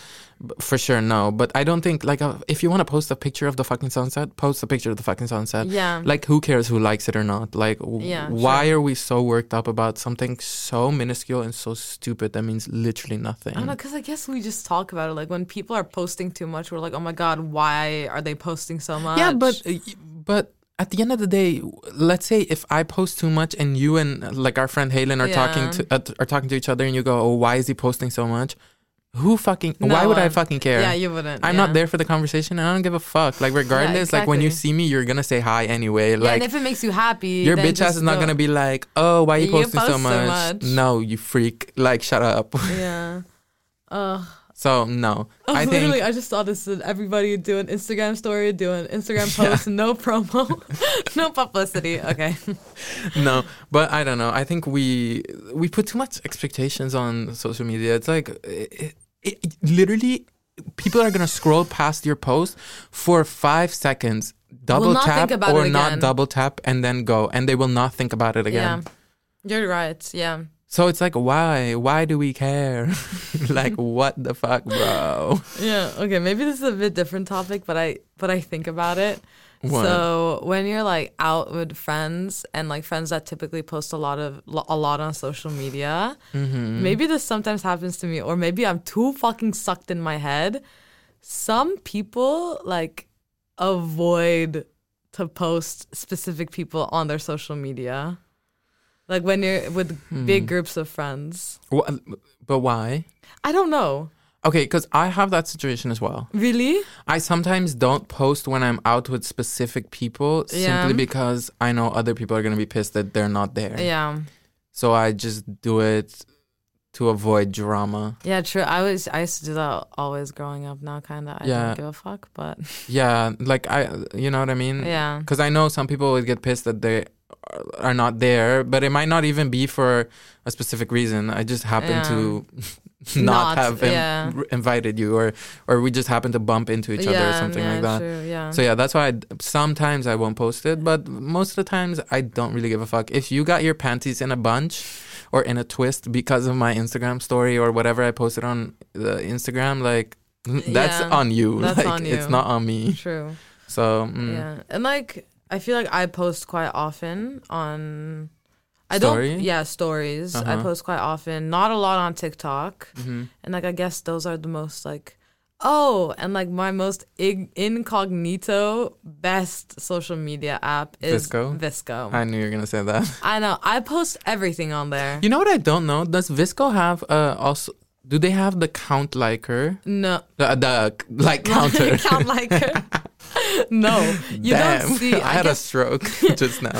[SPEAKER 1] B- For sure, no. But I don't think like uh, if you want to post a picture of the fucking sunset, post a picture of the fucking sunset
[SPEAKER 2] yeah.
[SPEAKER 1] like who cares who likes it or not like w-
[SPEAKER 2] Yeah,
[SPEAKER 1] why are we so worked up about something so minuscule and so stupid that means literally nothing
[SPEAKER 2] I don't know, because I guess we just talk about it. Like when people are posting too much, we're like, oh my god, why are they posting so much?
[SPEAKER 1] yeah but uh, y- but at the end of the day w- let's say if i post too much and you and uh, like our friend Halen are talking
[SPEAKER 2] Yeah.
[SPEAKER 1] to uh, are talking to each other and you go oh why is he posting so much who fucking why
[SPEAKER 2] No
[SPEAKER 1] would i
[SPEAKER 2] one.
[SPEAKER 1] fucking care
[SPEAKER 2] yeah, you wouldn't.
[SPEAKER 1] I'm
[SPEAKER 2] yeah.
[SPEAKER 1] not there for the conversation and I don't give a fuck. Like regardless, like when you see
[SPEAKER 2] exactly.
[SPEAKER 1] me, you're gonna say hi anyway.
[SPEAKER 2] Yeah,
[SPEAKER 1] Like
[SPEAKER 2] and if it makes you happy,
[SPEAKER 1] Your
[SPEAKER 2] then
[SPEAKER 1] bitch ass
[SPEAKER 2] just
[SPEAKER 1] is not
[SPEAKER 2] go.
[SPEAKER 1] gonna be like, oh, why are you
[SPEAKER 2] You
[SPEAKER 1] posting so,
[SPEAKER 2] post so
[SPEAKER 1] much?
[SPEAKER 2] much.
[SPEAKER 1] No, you freak. Like, shut up.
[SPEAKER 2] Yeah. Ugh.
[SPEAKER 1] So no,
[SPEAKER 2] Oh,
[SPEAKER 1] I
[SPEAKER 2] literally,
[SPEAKER 1] think
[SPEAKER 2] I just saw this. That everybody doing Instagram story, doing Instagram posts, no promo, no publicity. Okay.
[SPEAKER 1] no, but I don't know. I think we we put too much expectations on social media. It's like, it, it, it- literally, people are gonna scroll past your post for five seconds, double
[SPEAKER 2] not
[SPEAKER 1] tap
[SPEAKER 2] think about
[SPEAKER 1] or
[SPEAKER 2] it
[SPEAKER 1] not
[SPEAKER 2] again.
[SPEAKER 1] double tap, and then go, and they will not think about it again.
[SPEAKER 2] Yeah. You're right. Yeah.
[SPEAKER 1] So it's like, why? Why do we care? like, what the fuck, bro?
[SPEAKER 2] Yeah. Okay. Maybe this is a bit different topic, but I but I think about it.
[SPEAKER 1] What?
[SPEAKER 2] So when you're like out with friends and like friends that typically post a lot of lo- a lot on social media, maybe this sometimes happens to me, or maybe I'm too fucking sucked in my head. Some people like avoid to post specific people on their social media, like when you're with big groups of friends.
[SPEAKER 1] Wha- But why?
[SPEAKER 2] I don't know.
[SPEAKER 1] Okay, because I have that situation as well.
[SPEAKER 2] Really?
[SPEAKER 1] I sometimes don't post when I'm out with specific people
[SPEAKER 2] Yeah.
[SPEAKER 1] simply because I know other people are going to be pissed that they're not there.
[SPEAKER 2] Yeah.
[SPEAKER 1] So I just do it to avoid drama.
[SPEAKER 2] Yeah, true. I was I used to do that always growing up. Now, kind of, I
[SPEAKER 1] Yeah.
[SPEAKER 2] don't give a fuck. But
[SPEAKER 1] Yeah, like I, you know what I mean?
[SPEAKER 2] yeah,
[SPEAKER 1] Because I know some people would get pissed that they are- are not there, but it might not even be for a specific reason. I just happen
[SPEAKER 2] Yeah.
[SPEAKER 1] to not,
[SPEAKER 2] Not,
[SPEAKER 1] have im-
[SPEAKER 2] yeah.
[SPEAKER 1] r- invited you, or or we just happen to bump into each other or
[SPEAKER 2] Yeah,
[SPEAKER 1] something
[SPEAKER 2] yeah,
[SPEAKER 1] like that.
[SPEAKER 2] True, yeah.
[SPEAKER 1] So yeah, that's why I, sometimes I won't post it, but most of the times I don't really give a fuck. If you got your panties in a bunch or in a twist because of my Instagram story or whatever I posted on the Instagram, like that's
[SPEAKER 2] Yeah,
[SPEAKER 1] on you.
[SPEAKER 2] that's
[SPEAKER 1] like
[SPEAKER 2] on
[SPEAKER 1] it's
[SPEAKER 2] you.
[SPEAKER 1] not on me.
[SPEAKER 2] true.
[SPEAKER 1] So mm,
[SPEAKER 2] Yeah, and like I feel like I post quite often on. I
[SPEAKER 1] Story?
[SPEAKER 2] don't. Yeah, stories. I
[SPEAKER 1] Uh-huh.
[SPEAKER 2] post quite often. Not a lot on TikTok,
[SPEAKER 1] mhm.
[SPEAKER 2] and like I guess those are the most like. Oh, and like my most ig- incognito best social media app is
[SPEAKER 1] Visco?
[SPEAKER 2] Visco.
[SPEAKER 1] I knew you were gonna say that.
[SPEAKER 2] I know. I post everything on there.
[SPEAKER 1] You know what I don't know? Does Visco have uh also? Do they have the count liker?
[SPEAKER 2] No,
[SPEAKER 1] The, the like counter.
[SPEAKER 2] Count like her. no, you
[SPEAKER 1] Damn,
[SPEAKER 2] don't see.
[SPEAKER 1] I
[SPEAKER 2] I
[SPEAKER 1] had a
[SPEAKER 2] guess,
[SPEAKER 1] stroke just now.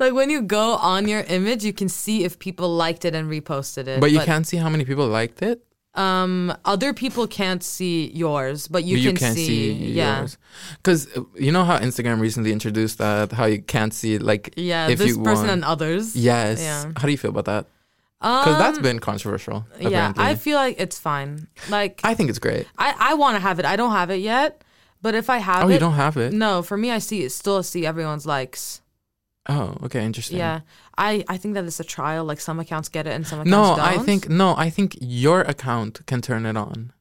[SPEAKER 2] like when you go on your image, you can see if people liked it and reposted it.
[SPEAKER 1] But you can't see how many people liked it.
[SPEAKER 2] Um, other people can't see yours, but you,
[SPEAKER 1] you
[SPEAKER 2] can,
[SPEAKER 1] can't
[SPEAKER 2] see.
[SPEAKER 1] see,
[SPEAKER 2] yeah.
[SPEAKER 1] Because you know how Instagram recently introduced that how you can't see like
[SPEAKER 2] Yeah,
[SPEAKER 1] if
[SPEAKER 2] this
[SPEAKER 1] you
[SPEAKER 2] person
[SPEAKER 1] want.
[SPEAKER 2] and others.
[SPEAKER 1] yes.
[SPEAKER 2] Yeah.
[SPEAKER 1] How do you feel about that? Because
[SPEAKER 2] um,
[SPEAKER 1] that's been controversial. Apparently.
[SPEAKER 2] yeah. I feel like it's fine. Like
[SPEAKER 1] I think it's great.
[SPEAKER 2] I, I want to have it. I don't have it yet, But if I have
[SPEAKER 1] Oh,
[SPEAKER 2] it,
[SPEAKER 1] you don't have it.
[SPEAKER 2] no. For me, I see it still see everyone's likes.
[SPEAKER 1] Oh, okay, interesting.
[SPEAKER 2] Yeah, I I think that it's a trial. Like some accounts get it and some accounts
[SPEAKER 1] No,
[SPEAKER 2] don't.
[SPEAKER 1] I think no, I think your account can turn it on.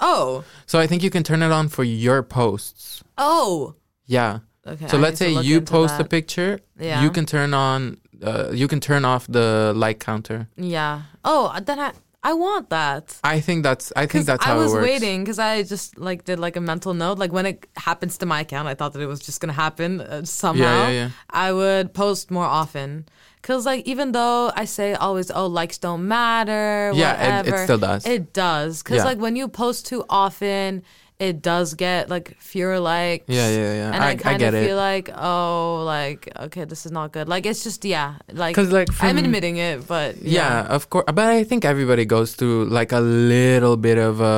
[SPEAKER 2] Oh,
[SPEAKER 1] So I think you can turn it on for your posts.
[SPEAKER 2] oh.
[SPEAKER 1] Yeah.
[SPEAKER 2] Okay.
[SPEAKER 1] so
[SPEAKER 2] I
[SPEAKER 1] let's
[SPEAKER 2] need to
[SPEAKER 1] say
[SPEAKER 2] look
[SPEAKER 1] you
[SPEAKER 2] into
[SPEAKER 1] post a
[SPEAKER 2] that.
[SPEAKER 1] picture.
[SPEAKER 2] Yeah.
[SPEAKER 1] You can turn on. Uh, you can turn off the like counter.
[SPEAKER 2] Yeah. Oh, then I I want that.
[SPEAKER 1] I think that's. I think
[SPEAKER 2] Because
[SPEAKER 1] that's how
[SPEAKER 2] I was
[SPEAKER 1] it works.
[SPEAKER 2] waiting because I just like did like a mental note. Like when it happens to my account, I thought that it was just gonna happen uh, somehow.
[SPEAKER 1] yeah.
[SPEAKER 2] I would post more often because like even though I say always, oh likes don't matter.
[SPEAKER 1] Yeah, it- it
[SPEAKER 2] whatever,
[SPEAKER 1] still does.
[SPEAKER 2] It does because
[SPEAKER 1] Yeah.
[SPEAKER 2] like when you post too often, it does get like fewer likes.
[SPEAKER 1] Yeah, yeah, yeah.
[SPEAKER 2] And
[SPEAKER 1] I-
[SPEAKER 2] I,
[SPEAKER 1] I
[SPEAKER 2] kind
[SPEAKER 1] get
[SPEAKER 2] of
[SPEAKER 1] it.
[SPEAKER 2] feel like oh like okay this is not good. Like it's just yeah like
[SPEAKER 1] 'Cause, like,
[SPEAKER 2] I'm
[SPEAKER 1] from-
[SPEAKER 2] admitting it, but
[SPEAKER 1] Yeah, of course. But I think everybody goes through like a little bit of uh,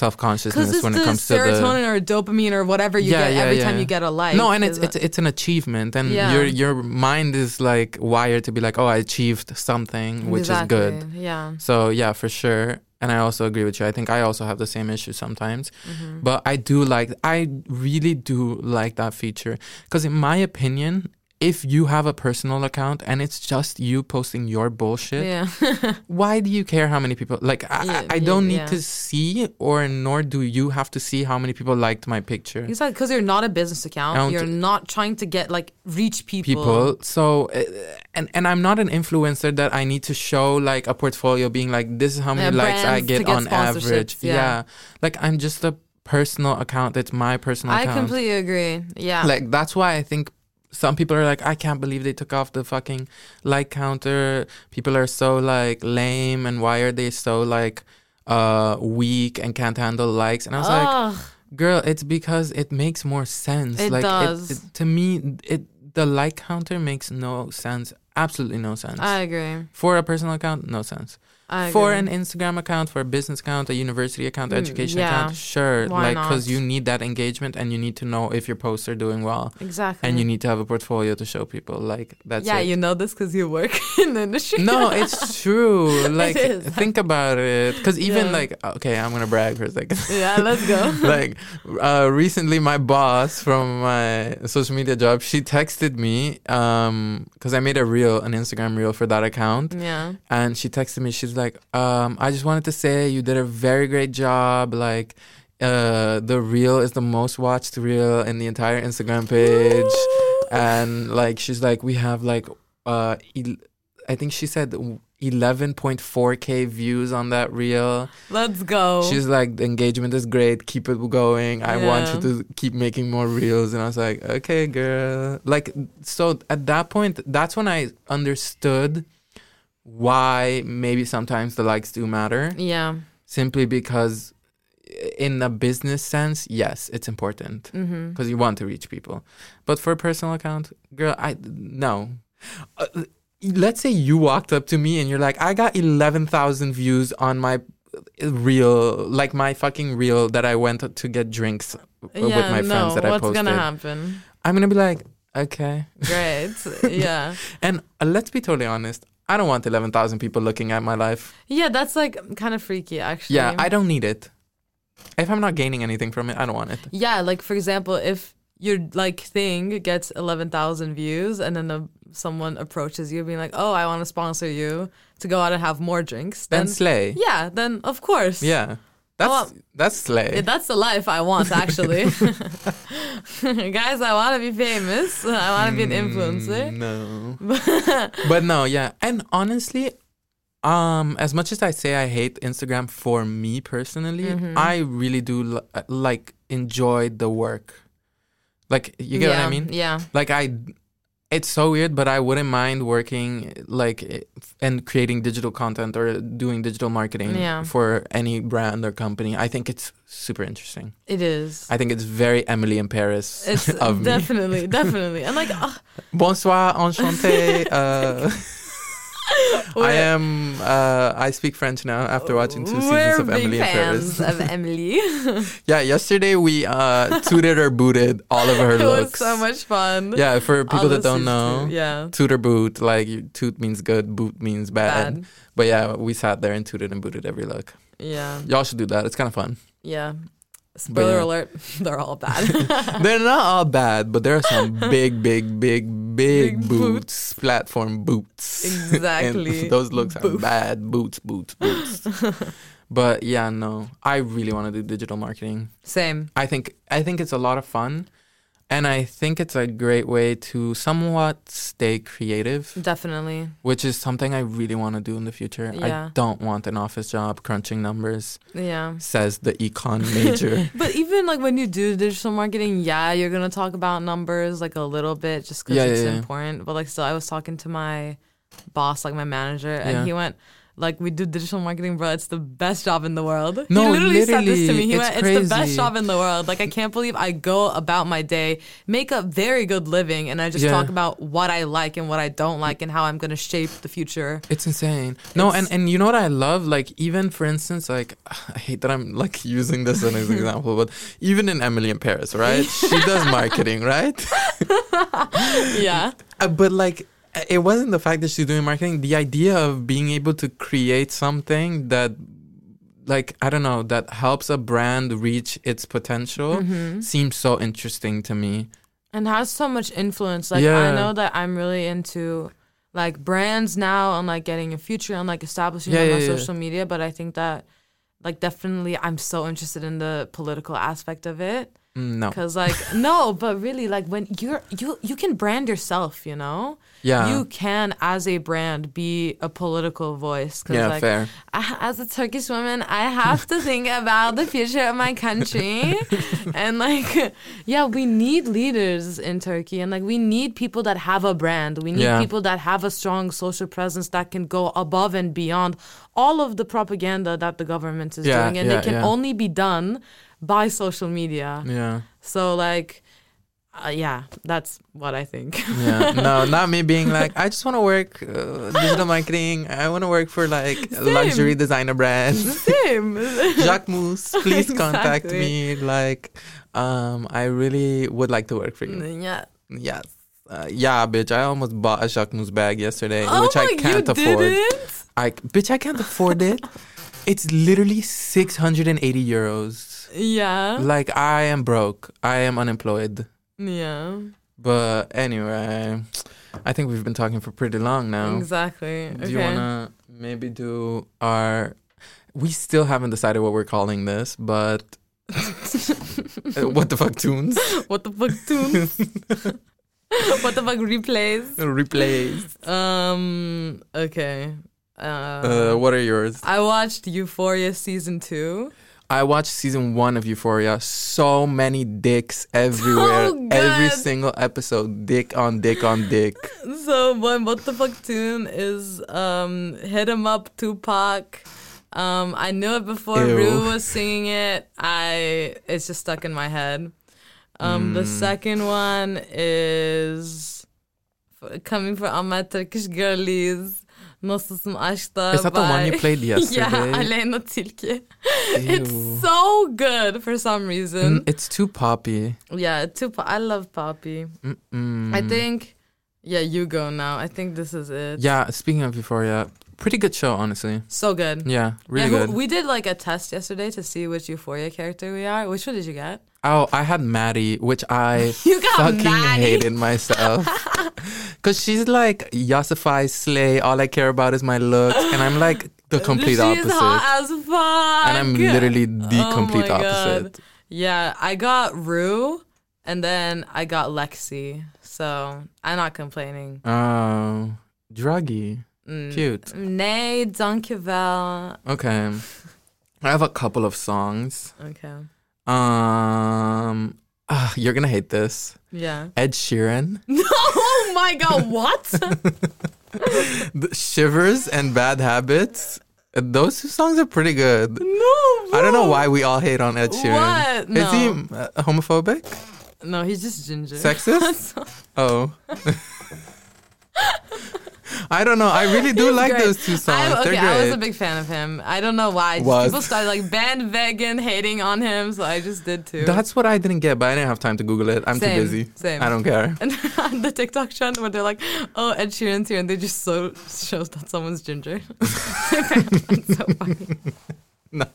[SPEAKER 1] self
[SPEAKER 2] Because
[SPEAKER 1] consciousness
[SPEAKER 2] it's
[SPEAKER 1] when
[SPEAKER 2] the
[SPEAKER 1] it comes to the.
[SPEAKER 2] serotonin or dopamine or whatever you get every time you get a like.
[SPEAKER 1] No, and it's
[SPEAKER 2] is-
[SPEAKER 1] it's it's an achievement, and
[SPEAKER 2] Yeah.
[SPEAKER 1] your your mind is like wired to be like, oh, I achieved something, which
[SPEAKER 2] Exactly,
[SPEAKER 1] is good.
[SPEAKER 2] Yeah.
[SPEAKER 1] So yeah, for sure. And I also agree with you. I think I also have the same issue sometimes,
[SPEAKER 2] Mm-hmm.
[SPEAKER 1] but I do like. I really do like that feature because, in my opinion, if you have a personal account and it's just you posting your bullshit,
[SPEAKER 2] Yeah.
[SPEAKER 1] why do you care how many people like i,
[SPEAKER 2] Yeah,
[SPEAKER 1] I I don't
[SPEAKER 2] yeah,
[SPEAKER 1] need to see or nor do you have to see how many people liked my picture
[SPEAKER 2] It's like because you're not a business
[SPEAKER 1] Count-
[SPEAKER 2] account. You're not trying to get like reach people.
[SPEAKER 1] people so uh, and and i'm not an influencer that i need to show like a portfolio being like this is how many
[SPEAKER 2] Yeah,
[SPEAKER 1] likes i
[SPEAKER 2] brands
[SPEAKER 1] get,
[SPEAKER 2] to get
[SPEAKER 1] on average
[SPEAKER 2] sponsorships, yeah.
[SPEAKER 1] like i'm just a personal account that's my personal
[SPEAKER 2] I
[SPEAKER 1] account
[SPEAKER 2] completely agree. Yeah.
[SPEAKER 1] like that's why i think some people are like i can't believe they took off the fucking like counter people are so like lame and why are they so like uh weak and can't handle likes and i was like
[SPEAKER 2] Ugh.
[SPEAKER 1] girl it's because it makes more sense
[SPEAKER 2] It
[SPEAKER 1] like
[SPEAKER 2] does.
[SPEAKER 1] It, it, to me it the like counter makes no sense absolutely no sense
[SPEAKER 2] I agree.
[SPEAKER 1] for a personal account no sense
[SPEAKER 2] I agree.
[SPEAKER 1] for an instagram account for a business account a university account
[SPEAKER 2] Mm,
[SPEAKER 1] education
[SPEAKER 2] yeah.
[SPEAKER 1] account sure
[SPEAKER 2] Why
[SPEAKER 1] like because
[SPEAKER 2] not?
[SPEAKER 1] you need that engagement and you need to know if your posts are doing well
[SPEAKER 2] exactly.
[SPEAKER 1] and you need to have a portfolio to show people like that's
[SPEAKER 2] Hmm. yeah,
[SPEAKER 1] it.
[SPEAKER 2] you know this because you work in the industry.
[SPEAKER 1] no it's true like
[SPEAKER 2] is.
[SPEAKER 1] think about it because even
[SPEAKER 2] Yeah.
[SPEAKER 1] like okay i'm gonna brag for a second
[SPEAKER 2] yeah, let's go.
[SPEAKER 1] like uh, recently my boss from my social media job she texted me um because i made a reel an instagram reel for that account
[SPEAKER 2] yeah.
[SPEAKER 1] and she texted me she's like um i just wanted to say you did a very great job like uh the reel is the most watched reel in the entire instagram page and like she's like we have like uh el- i think she said 11.4k views on that reel
[SPEAKER 2] Let's go.
[SPEAKER 1] she's like the engagement is great keep it going i want
[SPEAKER 2] Yeah.
[SPEAKER 1] you to keep making more reels and i was like okay girl like so at that point that's when i understood why maybe sometimes the likes do matter
[SPEAKER 2] yeah.
[SPEAKER 1] simply because in a business sense yes it's important
[SPEAKER 2] Mm-hmm.
[SPEAKER 1] because you want to reach people. But for a personal account, girl, I no. Uh, let's say you walked up to me and you're like, I got eleven thousand views on my uh, reel, like my fucking reel that I went to get drinks w-
[SPEAKER 2] yeah.
[SPEAKER 1] with my
[SPEAKER 2] no.
[SPEAKER 1] friends that I
[SPEAKER 2] what's
[SPEAKER 1] posted.
[SPEAKER 2] gonna happen?
[SPEAKER 1] I'm gonna be like, okay.
[SPEAKER 2] Great. yeah.
[SPEAKER 1] And uh, let's be totally honest. I don't want eleven thousand people looking at my life.
[SPEAKER 2] Yeah, that's like kind of freaky, actually.
[SPEAKER 1] Yeah, I don't need it. If I'm not gaining anything from it, I don't want it.
[SPEAKER 2] Yeah, like for example, if your like thing gets eleven thousand views, and then a, someone approaches you, being like, "Oh, I want to sponsor you to go out and have more drinks," then
[SPEAKER 1] Then slay.
[SPEAKER 2] yeah, then of course,
[SPEAKER 1] Yeah, that's
[SPEAKER 2] well,
[SPEAKER 1] that's slay.
[SPEAKER 2] Yeah, that's the life I want, actually. Guys, I want to be famous. I want to be an influencer.
[SPEAKER 1] Mm, No. but no, yeah. And honestly, um, as much as I say I hate Instagram for me personally,
[SPEAKER 2] Mm-hmm.
[SPEAKER 1] I really do l- like enjoy the work. Like you get
[SPEAKER 2] yeah,
[SPEAKER 1] what I mean?
[SPEAKER 2] Yeah,
[SPEAKER 1] Like I, it's so weird, but I wouldn't mind working like f- and creating digital content or doing digital marketing
[SPEAKER 2] Yeah.
[SPEAKER 1] for any brand or company. I think it's super interesting.
[SPEAKER 2] it is.
[SPEAKER 1] I think it's very Emily in Paris
[SPEAKER 2] It's
[SPEAKER 1] of me.
[SPEAKER 2] definitely, definitely, and like, ah,
[SPEAKER 1] Bonsoir, enchanté. Uh, I
[SPEAKER 2] we're-
[SPEAKER 1] am. Uh, I speak French now after watching two
[SPEAKER 2] we're
[SPEAKER 1] seasons of
[SPEAKER 2] big
[SPEAKER 1] Emily in
[SPEAKER 2] fans
[SPEAKER 1] Paris.
[SPEAKER 2] of Emily.
[SPEAKER 1] Yeah, yesterday we uh, tooted or booted all of her
[SPEAKER 2] it was
[SPEAKER 1] looks.
[SPEAKER 2] so much fun.
[SPEAKER 1] Yeah, for people
[SPEAKER 2] All
[SPEAKER 1] that don't
[SPEAKER 2] those
[SPEAKER 1] know,
[SPEAKER 2] seasons too, yeah.
[SPEAKER 1] toot or boot, like you- toot means good, boot means bad.
[SPEAKER 2] Bad.
[SPEAKER 1] But yeah, we sat there and tooted and booted every look.
[SPEAKER 2] Yeah.
[SPEAKER 1] Y'all should do that. It's kind of fun.
[SPEAKER 2] Yeah. Spoiler
[SPEAKER 1] yeah.
[SPEAKER 2] alert, they're all bad.
[SPEAKER 1] They're not all bad, but there are some big, big, big, big,
[SPEAKER 2] Big
[SPEAKER 1] boots, platform boots. And
[SPEAKER 2] Exactly.
[SPEAKER 1] those looks are
[SPEAKER 2] Boof.
[SPEAKER 1] bad. Boots, boots, boots. but yeah, no. I really want to do digital marketing.
[SPEAKER 2] Same.
[SPEAKER 1] I think I think it's a lot of fun. And I think it's a great way to somewhat stay creative,
[SPEAKER 2] Definitely.
[SPEAKER 1] which is something I really want to do in the future.
[SPEAKER 2] Yeah.
[SPEAKER 1] I don't want an office job crunching numbers,
[SPEAKER 2] Yeah.
[SPEAKER 1] says the econ major.
[SPEAKER 2] But even like when you do digital marketing, yeah, you're gonna talk about numbers like a little bit just because
[SPEAKER 1] Yeah,
[SPEAKER 2] it's
[SPEAKER 1] yeah, yeah.
[SPEAKER 2] important. But like still, I was talking to my boss, like my manager,
[SPEAKER 1] Yeah.
[SPEAKER 2] and he went. Like we do digital marketing, bro. It's the best job in the world.
[SPEAKER 1] No,
[SPEAKER 2] he literally, said this to me.
[SPEAKER 1] literally,
[SPEAKER 2] He went,
[SPEAKER 1] it's
[SPEAKER 2] "It's the best
[SPEAKER 1] crazy."
[SPEAKER 2] job in the world." Like I can't believe I go about my day, make a very good living, and I just
[SPEAKER 1] Yeah.
[SPEAKER 2] talk about what I like and what I don't like and how I'm gonna shape the future.
[SPEAKER 1] It's insane. No, and,
[SPEAKER 2] It's-
[SPEAKER 1] and you know what I love? Like even for instance, like I hate that I'm like using this as an example, but even in Emily in Paris, right? she does marketing, right?
[SPEAKER 2] Yeah,
[SPEAKER 1] Uh, but like it wasn't the fact that she's doing marketing, the idea of being able to create something that like I don't know, that helps a brand reach its potential
[SPEAKER 2] Mm-hmm.
[SPEAKER 1] seems so interesting to me.
[SPEAKER 2] and has so much influence. Like I
[SPEAKER 1] Yeah.
[SPEAKER 2] know that I'm really into like brands now and like getting a future and like establishing
[SPEAKER 1] Yeah,
[SPEAKER 2] them on
[SPEAKER 1] yeah, yeah.
[SPEAKER 2] social media. But I think that like definitely I'm so interested in the political aspect of it
[SPEAKER 1] Mm, No.
[SPEAKER 2] because like no, but really like when you're you you can brand yourself, you know.
[SPEAKER 1] Yeah.
[SPEAKER 2] You can, as a brand, be a political voice. 'cause,
[SPEAKER 1] yeah,
[SPEAKER 2] like,
[SPEAKER 1] fair.
[SPEAKER 2] I- as a Turkish woman, I have to think about the future of my country. and like, yeah, we need leaders in Turkey. And like, we need people that have a brand. We need
[SPEAKER 1] Yeah.
[SPEAKER 2] people that have a strong social presence that can go above and beyond all of the propaganda that the government is
[SPEAKER 1] Yeah,
[SPEAKER 2] doing. And
[SPEAKER 1] yeah,
[SPEAKER 2] they can
[SPEAKER 1] yeah.
[SPEAKER 2] only be done by social media.
[SPEAKER 1] Yeah.
[SPEAKER 2] So, like, uh, yeah, that's what I think.
[SPEAKER 1] Yeah, no, not me being like, I just want to work uh, digital marketing. I want to work for like luxury designer brands.
[SPEAKER 2] Same.
[SPEAKER 1] Jacques Mousse, please contact
[SPEAKER 2] Exactly.
[SPEAKER 1] me. Like, um, I really would like to work for you.
[SPEAKER 2] Mm, yeah.
[SPEAKER 1] Yes. Uh, yeah, bitch. I almost bought a Jacques Mousse bag yesterday,
[SPEAKER 2] Oh
[SPEAKER 1] which
[SPEAKER 2] my,
[SPEAKER 1] I can't
[SPEAKER 2] you
[SPEAKER 1] afford.
[SPEAKER 2] didn't?
[SPEAKER 1] I bitch, I can't afford it. It's literally six hundred and eighty euros.
[SPEAKER 2] Yeah.
[SPEAKER 1] Like I am broke. I am unemployed.
[SPEAKER 2] Yeah,
[SPEAKER 1] But anyway, I think we've been talking for pretty long now.
[SPEAKER 2] exactly.
[SPEAKER 1] Do you wanna maybe do our? We still haven't decided what we're calling this, but uh, what the fuck tunes
[SPEAKER 2] what the fuck tunes? what the fuck replays?
[SPEAKER 1] replays?
[SPEAKER 2] Um. Okay. Uh,
[SPEAKER 1] Uh, what are yours?
[SPEAKER 2] I watched Euphoria season two.
[SPEAKER 1] I watched season one of Euphoria. So many dicks everywhere.
[SPEAKER 2] Oh,
[SPEAKER 1] Every
[SPEAKER 2] God.
[SPEAKER 1] single episode, dick on dick on dick.
[SPEAKER 2] So one what the fuck tune is um hit 'em up Tupac. Um, I knew it before
[SPEAKER 1] Ew.
[SPEAKER 2] Rue was singing it. I it's just stuck in my head. Um, the
[SPEAKER 1] Mm.
[SPEAKER 2] second one is f- coming from all my Turkish girlies. Nasılsın aşkta?
[SPEAKER 1] Is that the one you
[SPEAKER 2] by-
[SPEAKER 1] played
[SPEAKER 2] yeah,
[SPEAKER 1] yesterday?
[SPEAKER 2] Aleyna Tilki.
[SPEAKER 1] Ew.
[SPEAKER 2] It's so good for some reason.
[SPEAKER 1] Mm, it's too poppy. Mm,
[SPEAKER 2] Yeah, Tupac. I love Poppy.
[SPEAKER 1] Mm-mm.
[SPEAKER 2] I think, yeah, you go now. I think this is it.
[SPEAKER 1] Yeah, speaking of Euphoria, pretty good show, honestly.
[SPEAKER 2] So good.
[SPEAKER 1] Yeah, really
[SPEAKER 2] yeah, who-
[SPEAKER 1] good.
[SPEAKER 2] We did like a test yesterday to see which Euphoria character we are. Which one did you get?
[SPEAKER 1] Oh, I had Maddie, which I
[SPEAKER 2] You got
[SPEAKER 1] fucking
[SPEAKER 2] Maddie.
[SPEAKER 1] hated myself. Because she's like, Yasify, slay, all I care about is my looks. And I'm like the complete
[SPEAKER 2] she
[SPEAKER 1] opposite.
[SPEAKER 2] is hot as fuck.
[SPEAKER 1] and I'm literally the
[SPEAKER 2] Oh
[SPEAKER 1] complete
[SPEAKER 2] my
[SPEAKER 1] opposite.
[SPEAKER 2] God. Yeah, I got Rue, and then I got Lexi. So I'm not complaining.
[SPEAKER 1] Oh, druggy.
[SPEAKER 2] Mm.
[SPEAKER 1] Cute.
[SPEAKER 2] Nay, Dunkevel.
[SPEAKER 1] Okay. I have a couple of songs.
[SPEAKER 2] Okay.
[SPEAKER 1] Um, ah, you're going to hate this.
[SPEAKER 2] Yeah.
[SPEAKER 1] Ed Sheeran,
[SPEAKER 2] oh my god, what?
[SPEAKER 1] The Shivers, and Bad Habits. Those two songs are pretty good.
[SPEAKER 2] No,
[SPEAKER 1] I don't know why we all hate on Ed Sheeran.
[SPEAKER 2] What?
[SPEAKER 1] Is he
[SPEAKER 2] No.
[SPEAKER 1] uh, homophobic?
[SPEAKER 2] No, he's just ginger.
[SPEAKER 1] Sexist? oh. I don't know. I really do
[SPEAKER 2] He's
[SPEAKER 1] like
[SPEAKER 2] great.
[SPEAKER 1] those two songs.
[SPEAKER 2] I, okay,
[SPEAKER 1] They're great.
[SPEAKER 2] I was a big fan of him. I don't know why. Just
[SPEAKER 1] Was.
[SPEAKER 2] People started like bandwagon hating on him, so I just did too.
[SPEAKER 1] That's what I didn't get, but I didn't have time to Google it. I'm
[SPEAKER 2] Same,
[SPEAKER 1] too busy.
[SPEAKER 2] same.
[SPEAKER 1] I don't care.
[SPEAKER 2] and the TikTok trend where they're like, "Oh, Ed Sheeran's here," and they just so shows that someone's ginger. That's so funny.
[SPEAKER 1] No.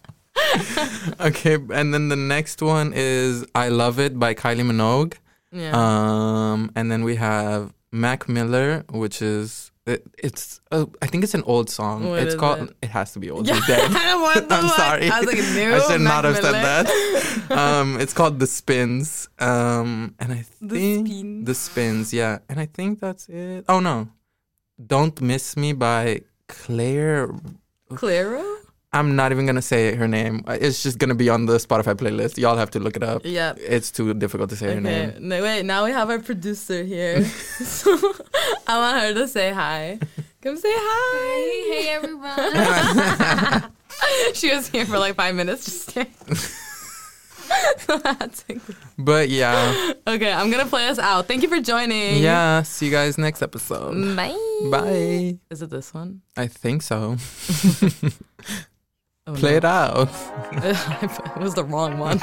[SPEAKER 1] okay, and then the next one is I Love It by Kylie Minogue.
[SPEAKER 2] Yeah.
[SPEAKER 1] Um, and then we have Mac Miller, which is it, it's uh, I think it's an old song.
[SPEAKER 2] What
[SPEAKER 1] it's
[SPEAKER 2] is
[SPEAKER 1] called.
[SPEAKER 2] it?
[SPEAKER 1] It? has to be old.
[SPEAKER 2] yeah.
[SPEAKER 1] It's dead.
[SPEAKER 2] What the
[SPEAKER 1] I'm
[SPEAKER 2] fuck?
[SPEAKER 1] sorry.
[SPEAKER 2] I was like, no.
[SPEAKER 1] I should not
[SPEAKER 2] Mac
[SPEAKER 1] have said
[SPEAKER 2] Miller.
[SPEAKER 1] that. Um, it's called The Spins. Um, and I
[SPEAKER 2] The
[SPEAKER 1] think
[SPEAKER 2] spin.
[SPEAKER 1] The Spins, yeah. And I think that's it. Oh no, Don't Miss Me by Claire.
[SPEAKER 2] Clara?
[SPEAKER 1] I'm not even gonna say her name. Uh, It's just gonna be on the Spotify playlist. Y'all have to look it up.
[SPEAKER 2] Yeah.
[SPEAKER 1] It's too difficult to say her
[SPEAKER 2] Okay.
[SPEAKER 1] name.
[SPEAKER 2] No, wait, now we have our producer here. so I want her to say hi. Come say hi.
[SPEAKER 3] Hey everyone.
[SPEAKER 2] she was here for like five minutes just staring. So that's it.
[SPEAKER 1] But yeah,
[SPEAKER 2] okay, I'm gonna play us out. Thank you for joining.
[SPEAKER 1] yeah. See you guys next episode.
[SPEAKER 2] Bye.
[SPEAKER 1] Bye.
[SPEAKER 2] Is it this one?
[SPEAKER 1] I think so.
[SPEAKER 2] Oh,
[SPEAKER 1] Play it out.
[SPEAKER 2] it was the wrong one.